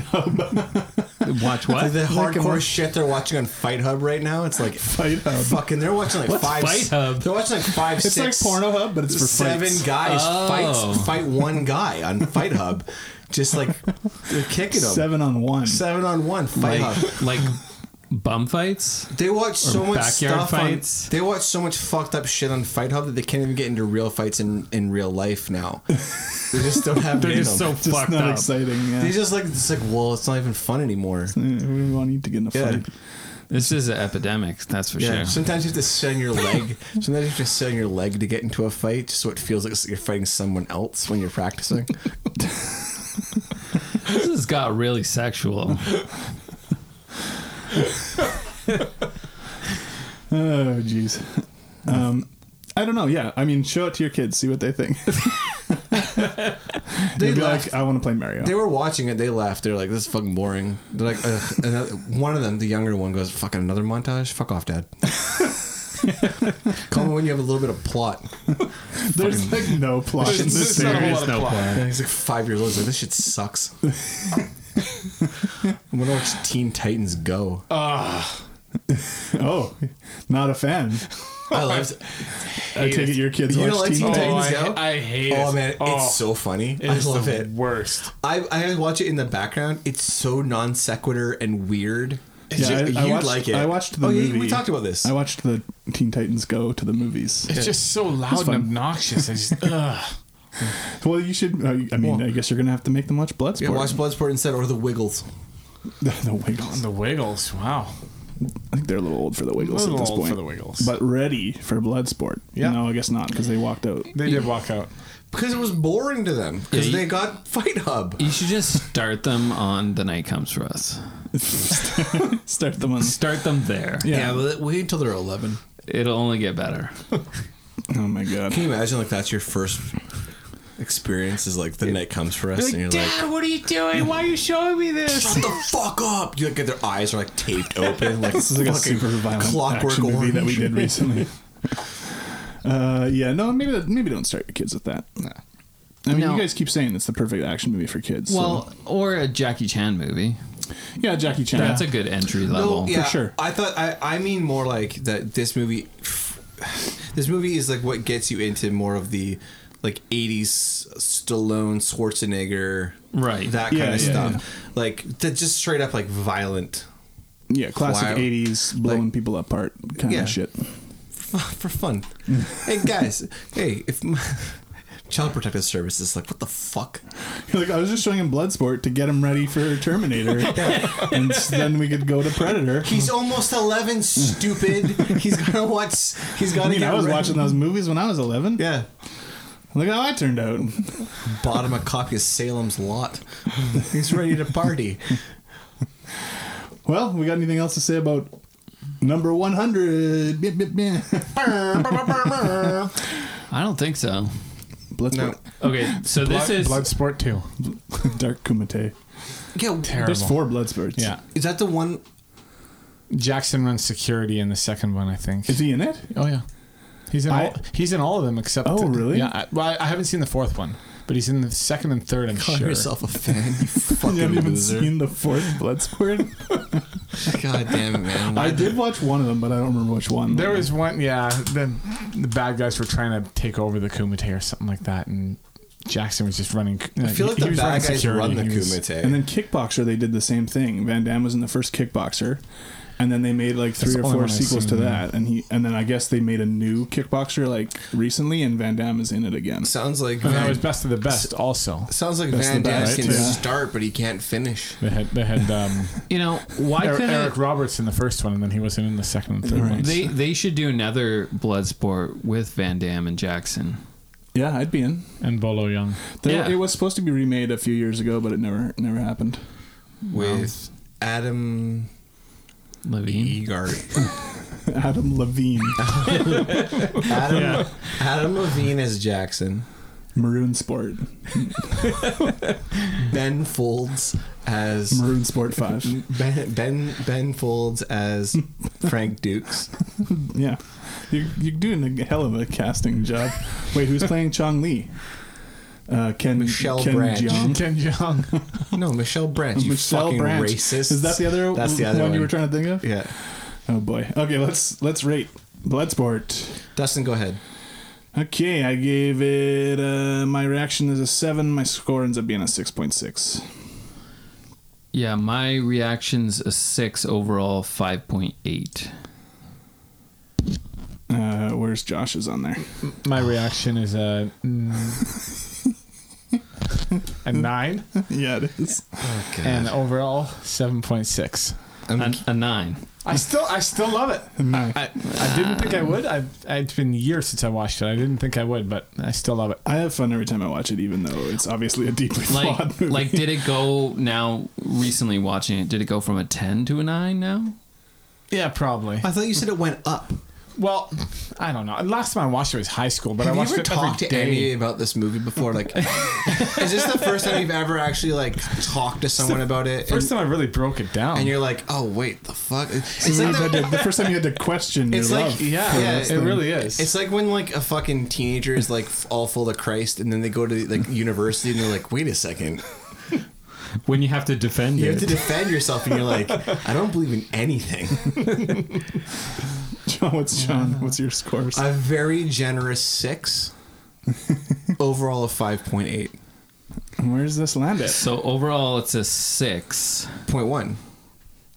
Speaker 2: Hub?
Speaker 3: watch
Speaker 1: Like
Speaker 3: what?
Speaker 1: the
Speaker 2: Like
Speaker 1: hardcore
Speaker 2: a-
Speaker 1: shit they're watching on Fight Hub right now. It's like
Speaker 2: Fight Hub.
Speaker 1: fucking. They're watching like
Speaker 3: What's
Speaker 1: five.
Speaker 3: Fight Hub?
Speaker 1: They're watching like five.
Speaker 2: It's like
Speaker 1: six-
Speaker 2: Porno Hub, but it's for
Speaker 1: seven
Speaker 2: fights.
Speaker 1: guys
Speaker 3: Oh.
Speaker 1: fight fight one guy on Fight Hub, just like they're kicking them
Speaker 2: Seven on one.
Speaker 1: seven on one Fight Hub.
Speaker 3: like like bum fights?
Speaker 1: They watch so much
Speaker 3: backyard
Speaker 1: stuff.
Speaker 3: fights.
Speaker 1: On, they watch so much fucked up shit on Fight Hub that they can't even get into real fights in, in real life now. they just don't have. it
Speaker 3: They're
Speaker 1: in
Speaker 3: just
Speaker 1: them.
Speaker 3: so
Speaker 2: Just
Speaker 3: fucked
Speaker 2: not
Speaker 3: up.
Speaker 2: exciting.
Speaker 1: They
Speaker 2: Yeah.
Speaker 1: just like it's like well, it's not even fun anymore.
Speaker 2: Mm, We don't need to get in a
Speaker 1: Yeah.
Speaker 2: fight.
Speaker 3: This is an epidemic, that's for
Speaker 1: Yeah.
Speaker 3: sure.
Speaker 1: Sometimes you have to send your leg. sometimes you have to send your leg to get into a fight, just so it feels like you're fighting someone else when you're practicing.
Speaker 3: This has got really sexual.
Speaker 2: Oh, jeez. Um, I don't know. Yeah, I mean, show it to your kids, see what they think.
Speaker 1: they
Speaker 2: They'd be
Speaker 1: laughed.
Speaker 2: like, "I want to play Mario."
Speaker 1: they were watching it. They laughed. They're like, "This is fucking boring." They're like, Ugh. Another, one of them, the younger one, goes, "Fucking another montage? Fuck off, dad." Call me when you have a little bit of plot.
Speaker 2: There's like no plot in this
Speaker 4: not a whole
Speaker 2: series.
Speaker 4: lot of plot.
Speaker 1: And he's like five years old. He's like, this shit sucks. I'm gonna watch Teen Titans Go.
Speaker 2: Oh, not a fan.
Speaker 1: I loved.
Speaker 2: I take it your kids
Speaker 1: You
Speaker 2: watch
Speaker 1: don't like Teen
Speaker 2: Teen Titans.
Speaker 1: Titans Go?
Speaker 4: I- I hate
Speaker 1: Oh
Speaker 4: it.
Speaker 1: man,
Speaker 4: Oh,
Speaker 1: it's so funny.
Speaker 4: It
Speaker 1: I
Speaker 4: is
Speaker 1: love
Speaker 4: the
Speaker 1: it.
Speaker 4: Worst.
Speaker 1: I I watch it in the background. It's so non sequitur and weird.
Speaker 2: Yeah, I- I,
Speaker 1: You'd
Speaker 2: watched,
Speaker 1: like it.
Speaker 2: I watched the
Speaker 1: Oh, yeah,
Speaker 2: movie.
Speaker 1: we talked about this.
Speaker 2: I watched the Teen Titans Go to the movies.
Speaker 4: It's just so loud and
Speaker 2: fun.
Speaker 4: obnoxious. I just, ugh.
Speaker 2: Well, you should. uh, I I mean, I guess you're gonna have to make them watch Bloodsport.
Speaker 1: Yeah, watch Bloodsport instead or The Wiggles.
Speaker 2: the Wiggles.
Speaker 4: The Wiggles. Wow.
Speaker 2: I think they're a little old for the Wiggles
Speaker 4: A little
Speaker 2: at this
Speaker 4: old
Speaker 2: point.
Speaker 4: for the Wiggles.
Speaker 2: but ready for Bloodsport.
Speaker 4: Yeah.
Speaker 2: No, I guess not because they walked out.
Speaker 4: They did walk out.
Speaker 1: Because it was boring to them. Because
Speaker 3: Yeah, you-
Speaker 1: they got Fight Hub.
Speaker 3: You should just start them on The Night Comes For Us.
Speaker 2: Start them on.
Speaker 3: Start them there.
Speaker 2: Yeah.
Speaker 1: but wait until they're 11.
Speaker 3: It'll only get better.
Speaker 2: Oh my god.
Speaker 1: Can you imagine, like, that's your first experience is like the night comes for us, and you're like,
Speaker 3: what are you doing? Why are you showing me this?
Speaker 1: Shut the fuck up! You like get their eyes are like taped open, like
Speaker 2: This is like a
Speaker 1: fucking
Speaker 2: super violent
Speaker 1: clockwork
Speaker 2: action movie
Speaker 1: orange.
Speaker 2: that we did recently. uh, yeah, no, maybe that, maybe don't start your kids with that. I mean,
Speaker 3: No.
Speaker 2: you guys keep saying it's the perfect action movie for kids. so-
Speaker 3: Well, or a Jackie Chan movie.
Speaker 2: Yeah, Jackie Chan.
Speaker 3: That's a good entry level.
Speaker 1: yeah, I thought I, I mean more like that. This movie, this movie is like what gets you into more of the like '80s Stallone, Schwarzenegger,
Speaker 3: Right.
Speaker 1: That kind
Speaker 3: Yeah,
Speaker 1: of
Speaker 3: yeah,
Speaker 1: stuff. Like that, just straight up like violent.
Speaker 2: Yeah, classic
Speaker 1: Wow.
Speaker 2: 80s blowing people apart kind
Speaker 1: Yeah.
Speaker 2: of shit.
Speaker 1: for, for fun. hey guys, hey, if my, Child Protective Services, like, what the fuck?
Speaker 2: Like I was just showing him Bloodsport to get him ready for Terminator, and s- then we could go to Predator.
Speaker 1: He's almost eleven, stupid. he's gonna watch. He's
Speaker 2: I
Speaker 1: gotta
Speaker 2: mean,
Speaker 1: get
Speaker 2: I was
Speaker 1: ready.
Speaker 2: watching those movies when I was 11.
Speaker 1: Yeah.
Speaker 2: Look how I turned out.
Speaker 1: Bottom of cock is Salem's lot. He's ready to party.
Speaker 2: Well, we got anything else to say about number 100? Bip, bip, bip.
Speaker 3: I don't think so.
Speaker 2: Bloodsport.
Speaker 3: Okay, so this is
Speaker 4: Bloodsport too.
Speaker 2: Dark Kumite.
Speaker 1: Yeah,
Speaker 2: There's four Bloodsports.
Speaker 4: Yeah.
Speaker 1: Is that the one?
Speaker 4: Jackson runs security in the second one, I think.
Speaker 2: Is he in it?
Speaker 4: Oh yeah, he's in
Speaker 2: I-
Speaker 4: all, he's in all of them except.
Speaker 2: Oh, really?
Speaker 4: Yeah. I, well, I, I haven't seen the fourth one, but he's in the second and third. I'm
Speaker 1: Call
Speaker 4: sure.
Speaker 1: yourself a fan, you fucking
Speaker 2: You haven't even
Speaker 1: loser.
Speaker 2: seen the fourth Bloodsport?
Speaker 1: God damn it, man.
Speaker 2: I did watch one of them, but I don't remember which one.
Speaker 4: There was one, yeah. Then the bad guys were trying to take over the Kumite or something like that, and Jackson was just running.
Speaker 1: I feel like
Speaker 4: he
Speaker 1: the
Speaker 4: was running
Speaker 1: bad guys
Speaker 4: security.
Speaker 1: run the
Speaker 4: He was-
Speaker 1: Kumite.
Speaker 2: And then Kickboxer, they did the same thing. Van Damme was in the first Kickboxer, and then they made like three
Speaker 4: That's the
Speaker 2: or
Speaker 4: only
Speaker 2: four
Speaker 4: one I've
Speaker 2: sequels to
Speaker 4: seen,
Speaker 2: that. And he, and then I guess they made a new Kickboxer like recently, and Van Damme is in it again.
Speaker 1: sounds like
Speaker 4: And that
Speaker 1: Van,
Speaker 4: was best of the best, also.
Speaker 1: sounds like
Speaker 2: That's
Speaker 1: Van
Speaker 2: the
Speaker 1: Damme
Speaker 2: best,
Speaker 1: can
Speaker 2: yeah.
Speaker 1: start, but he can't finish.
Speaker 4: They had, they had um,
Speaker 3: you know why
Speaker 4: Eric,
Speaker 3: couldn't
Speaker 4: Eric Roberts in the first one, and then he wasn't in the second and third one.
Speaker 3: they they should do another blood sport with Van Damme and Jackson.
Speaker 2: Yeah, I'd be in.
Speaker 4: and Bolo Young.
Speaker 2: There,
Speaker 3: Yeah.
Speaker 2: It was supposed to be remade a few years ago, but it never never happened.
Speaker 1: with Adam
Speaker 3: Levine.
Speaker 1: E. Egart.
Speaker 2: Adam Levine,
Speaker 1: Adam, Adam Levine as Jackson.
Speaker 2: Maroon Sport,
Speaker 1: Ben Folds as
Speaker 2: Maroon Sport Five.
Speaker 1: Ben Ben Ben Folds as Frank Dukes.
Speaker 2: yeah, you're, you're doing a hell of a casting job. Wait, who's playing Chong Li? Uh, Ken
Speaker 1: Michelle
Speaker 2: Ken
Speaker 1: Branch.
Speaker 2: Jeong?
Speaker 4: Ken Jeong.
Speaker 1: No, Michelle Branch. You
Speaker 2: Michelle
Speaker 1: fucking
Speaker 2: Branch.
Speaker 1: racist.
Speaker 2: Is that the other?
Speaker 1: That's the other
Speaker 2: one,
Speaker 1: one
Speaker 2: you were trying to think of.
Speaker 1: Yeah,
Speaker 2: Oh boy. Okay, let's let's rate Bloodsport.
Speaker 1: Dustin, go ahead.
Speaker 2: Okay, I gave it. Uh, my reaction is a seven. My score ends up being a six point six.
Speaker 3: Yeah, my reaction's a six overall, five point eight.
Speaker 2: Uh, where's Josh's on there?
Speaker 4: My reaction is uh, a a nine,
Speaker 2: yeah, it is.
Speaker 4: and overall seven point six.
Speaker 3: A, a nine.
Speaker 4: I still, I still love it.
Speaker 2: Nice.
Speaker 4: I, I didn't think I would. I, it's been years since I watched it. I didn't think I would, but I still love it.
Speaker 2: I have fun every time I watch it, even though it's obviously a deeply flawed
Speaker 3: Like
Speaker 2: movie.
Speaker 3: like did it go now recently watching it, did it go from a ten to a nine now?
Speaker 4: Yeah, probably.
Speaker 1: I thought you said it went up.
Speaker 4: Well, I don't know. Last time I watched it was high school, but
Speaker 1: Have
Speaker 4: I
Speaker 1: you
Speaker 4: watched
Speaker 1: ever
Speaker 4: it every
Speaker 1: talked to
Speaker 4: day.
Speaker 1: Andy about this movie before? Like, is this the first time you've ever actually like talked to someone about it?
Speaker 4: First
Speaker 1: and,
Speaker 4: time I really broke it down.
Speaker 1: and you're like, oh wait, the fuck. It's
Speaker 2: It's
Speaker 1: like
Speaker 2: like
Speaker 1: that-
Speaker 2: the, the first time you had to question your
Speaker 1: It's
Speaker 2: love.
Speaker 1: like yeah,
Speaker 2: for
Speaker 1: yeah,
Speaker 2: this
Speaker 4: it
Speaker 2: thing.
Speaker 4: really is.
Speaker 1: It's like when like a fucking teenager is like f- all full of Christ, and then they go to like university and they're like, "Wait a second,
Speaker 10: When you have to defend
Speaker 1: you
Speaker 10: it.
Speaker 1: have to defend yourself," and you're like, "I don't believe in anything."
Speaker 2: John, what's John? What's your score?
Speaker 1: A very generous six, overall a five point eight
Speaker 2: Where's this land at?
Speaker 3: So overall it's a six.
Speaker 1: point one.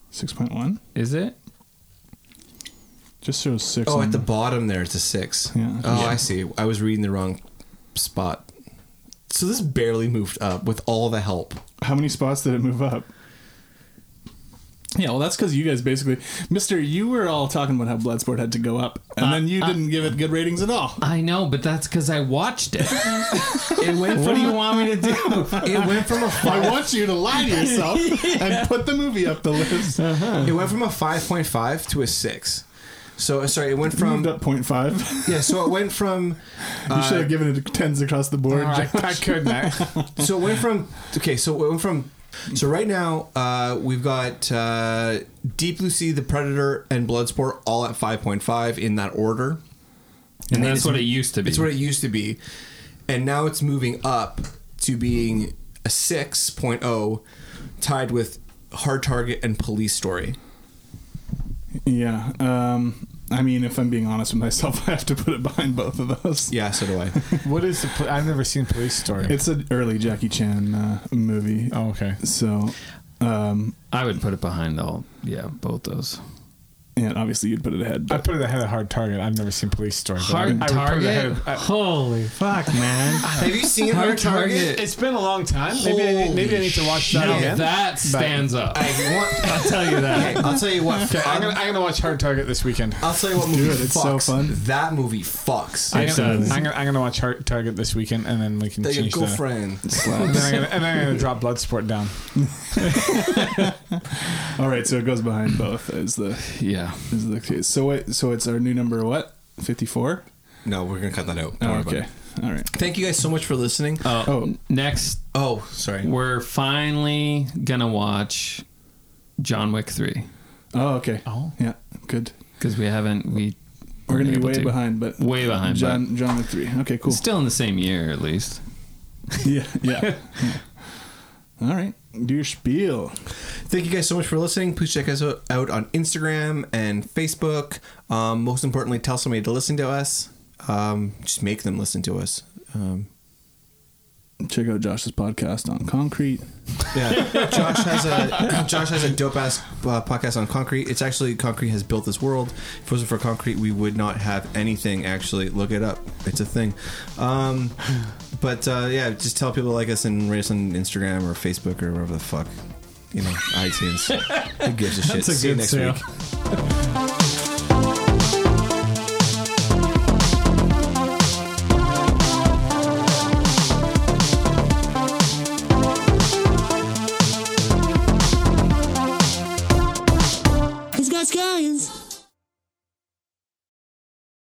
Speaker 2: Six point one.
Speaker 3: Is it?
Speaker 2: Just shows six.
Speaker 1: Oh,
Speaker 2: on-
Speaker 1: at the bottom there, it's a six.
Speaker 2: Yeah.
Speaker 1: Oh,
Speaker 2: Yeah.
Speaker 1: I see. I was reading the wrong spot. So this barely moved up with all the help.
Speaker 2: How many spots did it move up? Yeah, well, that's because you guys basically, Mister, you were all talking about how Bloodsport had to go up,
Speaker 3: Uh,
Speaker 2: and then you didn't give it good ratings at all.
Speaker 3: I know, but that's because I watched it.
Speaker 1: It went
Speaker 3: what
Speaker 1: from
Speaker 3: do you want me to do?
Speaker 1: it went from a
Speaker 2: I
Speaker 1: five
Speaker 2: want you to lie to yourself and put the movie up the list.
Speaker 1: It went from a 5.5 to a 6. So, uh, sorry, it went
Speaker 2: Moved
Speaker 1: from.
Speaker 2: up point five.
Speaker 1: Yeah, so it went from.
Speaker 2: you should have given it tens across the board.
Speaker 4: Oh, I, I couldn't. I-
Speaker 1: So it went from. Okay, so it went from. So right now, uh, we've got uh, Deep Blue Sea, The Predator, and Bloodsport all at 5.5 in that order.
Speaker 3: And that's what it used to be.
Speaker 1: It's what it used to be. And now it's moving up to being a 6.0, tied with Hard Target and Police Story.
Speaker 2: Yeah. Um, I mean, if I'm being honest with myself, I have to put it behind both of those.
Speaker 1: Yeah, so do I.
Speaker 4: what is the? Pl- I've never seen Police Story.
Speaker 2: It's an early Jackie Chan uh, movie.
Speaker 4: Oh, okay.
Speaker 2: So, um,
Speaker 3: I would put it behind all. Yeah, both those.
Speaker 2: and obviously you'd put it ahead.
Speaker 4: I put it ahead of Hard Target. I've never seen Police Story. but
Speaker 3: Hard
Speaker 4: I would- I would put it ahead
Speaker 3: Target.
Speaker 4: of-
Speaker 3: Holy Ah, fuck, man!
Speaker 1: Have you seen Hard Target?
Speaker 4: It's been a long time. Maybe I,
Speaker 1: Holy
Speaker 4: maybe I need to watch that
Speaker 3: Now
Speaker 4: again.
Speaker 3: that stands up.
Speaker 1: I want,
Speaker 3: I'll tell you that.
Speaker 1: okay, I'll tell you what.
Speaker 4: Okay, I'm gonna, I'm gonna watch Hard Target this weekend.
Speaker 1: I'll tell you what movie
Speaker 2: it, it's so
Speaker 1: fucks.
Speaker 2: fun.
Speaker 1: That movie fucks.
Speaker 4: I'm
Speaker 3: It
Speaker 4: gonna,
Speaker 3: does.
Speaker 4: I'm gonna, I'm gonna watch Hard Target this weekend, and then we can
Speaker 1: Like a
Speaker 4: change the.
Speaker 1: girlfriend.
Speaker 4: And then, I'm gonna, and then I'm gonna drop Bloodsport down.
Speaker 2: All right, so it goes behind both is the
Speaker 3: Yeah.
Speaker 2: is the case. So wait, so it's our new number what? 54?
Speaker 1: No, we're gonna cut that out. Don't
Speaker 2: Oh,
Speaker 1: worry about
Speaker 2: okay.
Speaker 1: it.
Speaker 2: All right.
Speaker 1: Thank you guys so much for listening.
Speaker 2: Oh,
Speaker 3: Next,
Speaker 1: oh, sorry.
Speaker 3: we're finally gonna watch John Wick three
Speaker 2: oh okay.
Speaker 4: Oh.
Speaker 2: Yeah, good.
Speaker 3: because we haven't. We
Speaker 2: We're going to be
Speaker 3: weren't able
Speaker 2: way
Speaker 3: to.
Speaker 2: behind, but
Speaker 3: Way behind,
Speaker 2: John John with 3. Okay, cool.
Speaker 3: Still in the same year, at least.
Speaker 2: yeah, yeah. All right. Do your spiel.
Speaker 1: Thank you guys so much for listening. Please check us out out on Instagram and Facebook. Um, most importantly, tell somebody to listen to us. Um, just make them listen to us. Um,
Speaker 2: Check out Josh's podcast on Concrete.
Speaker 1: yeah, Josh has a Josh has a dope ass uh, podcast on Concrete. It's actually Concrete has built this world. If it wasn't for Concrete, we would not have anything. Actually, look it up. It's a thing. Um, but uh, yeah, just tell people to like us and rate us on Instagram or Facebook or wherever the fuck. You know, iTunes. Who gives a shit?
Speaker 4: a
Speaker 1: See you
Speaker 4: good
Speaker 1: next
Speaker 4: sale.
Speaker 1: week.
Speaker 12: He's got scallions.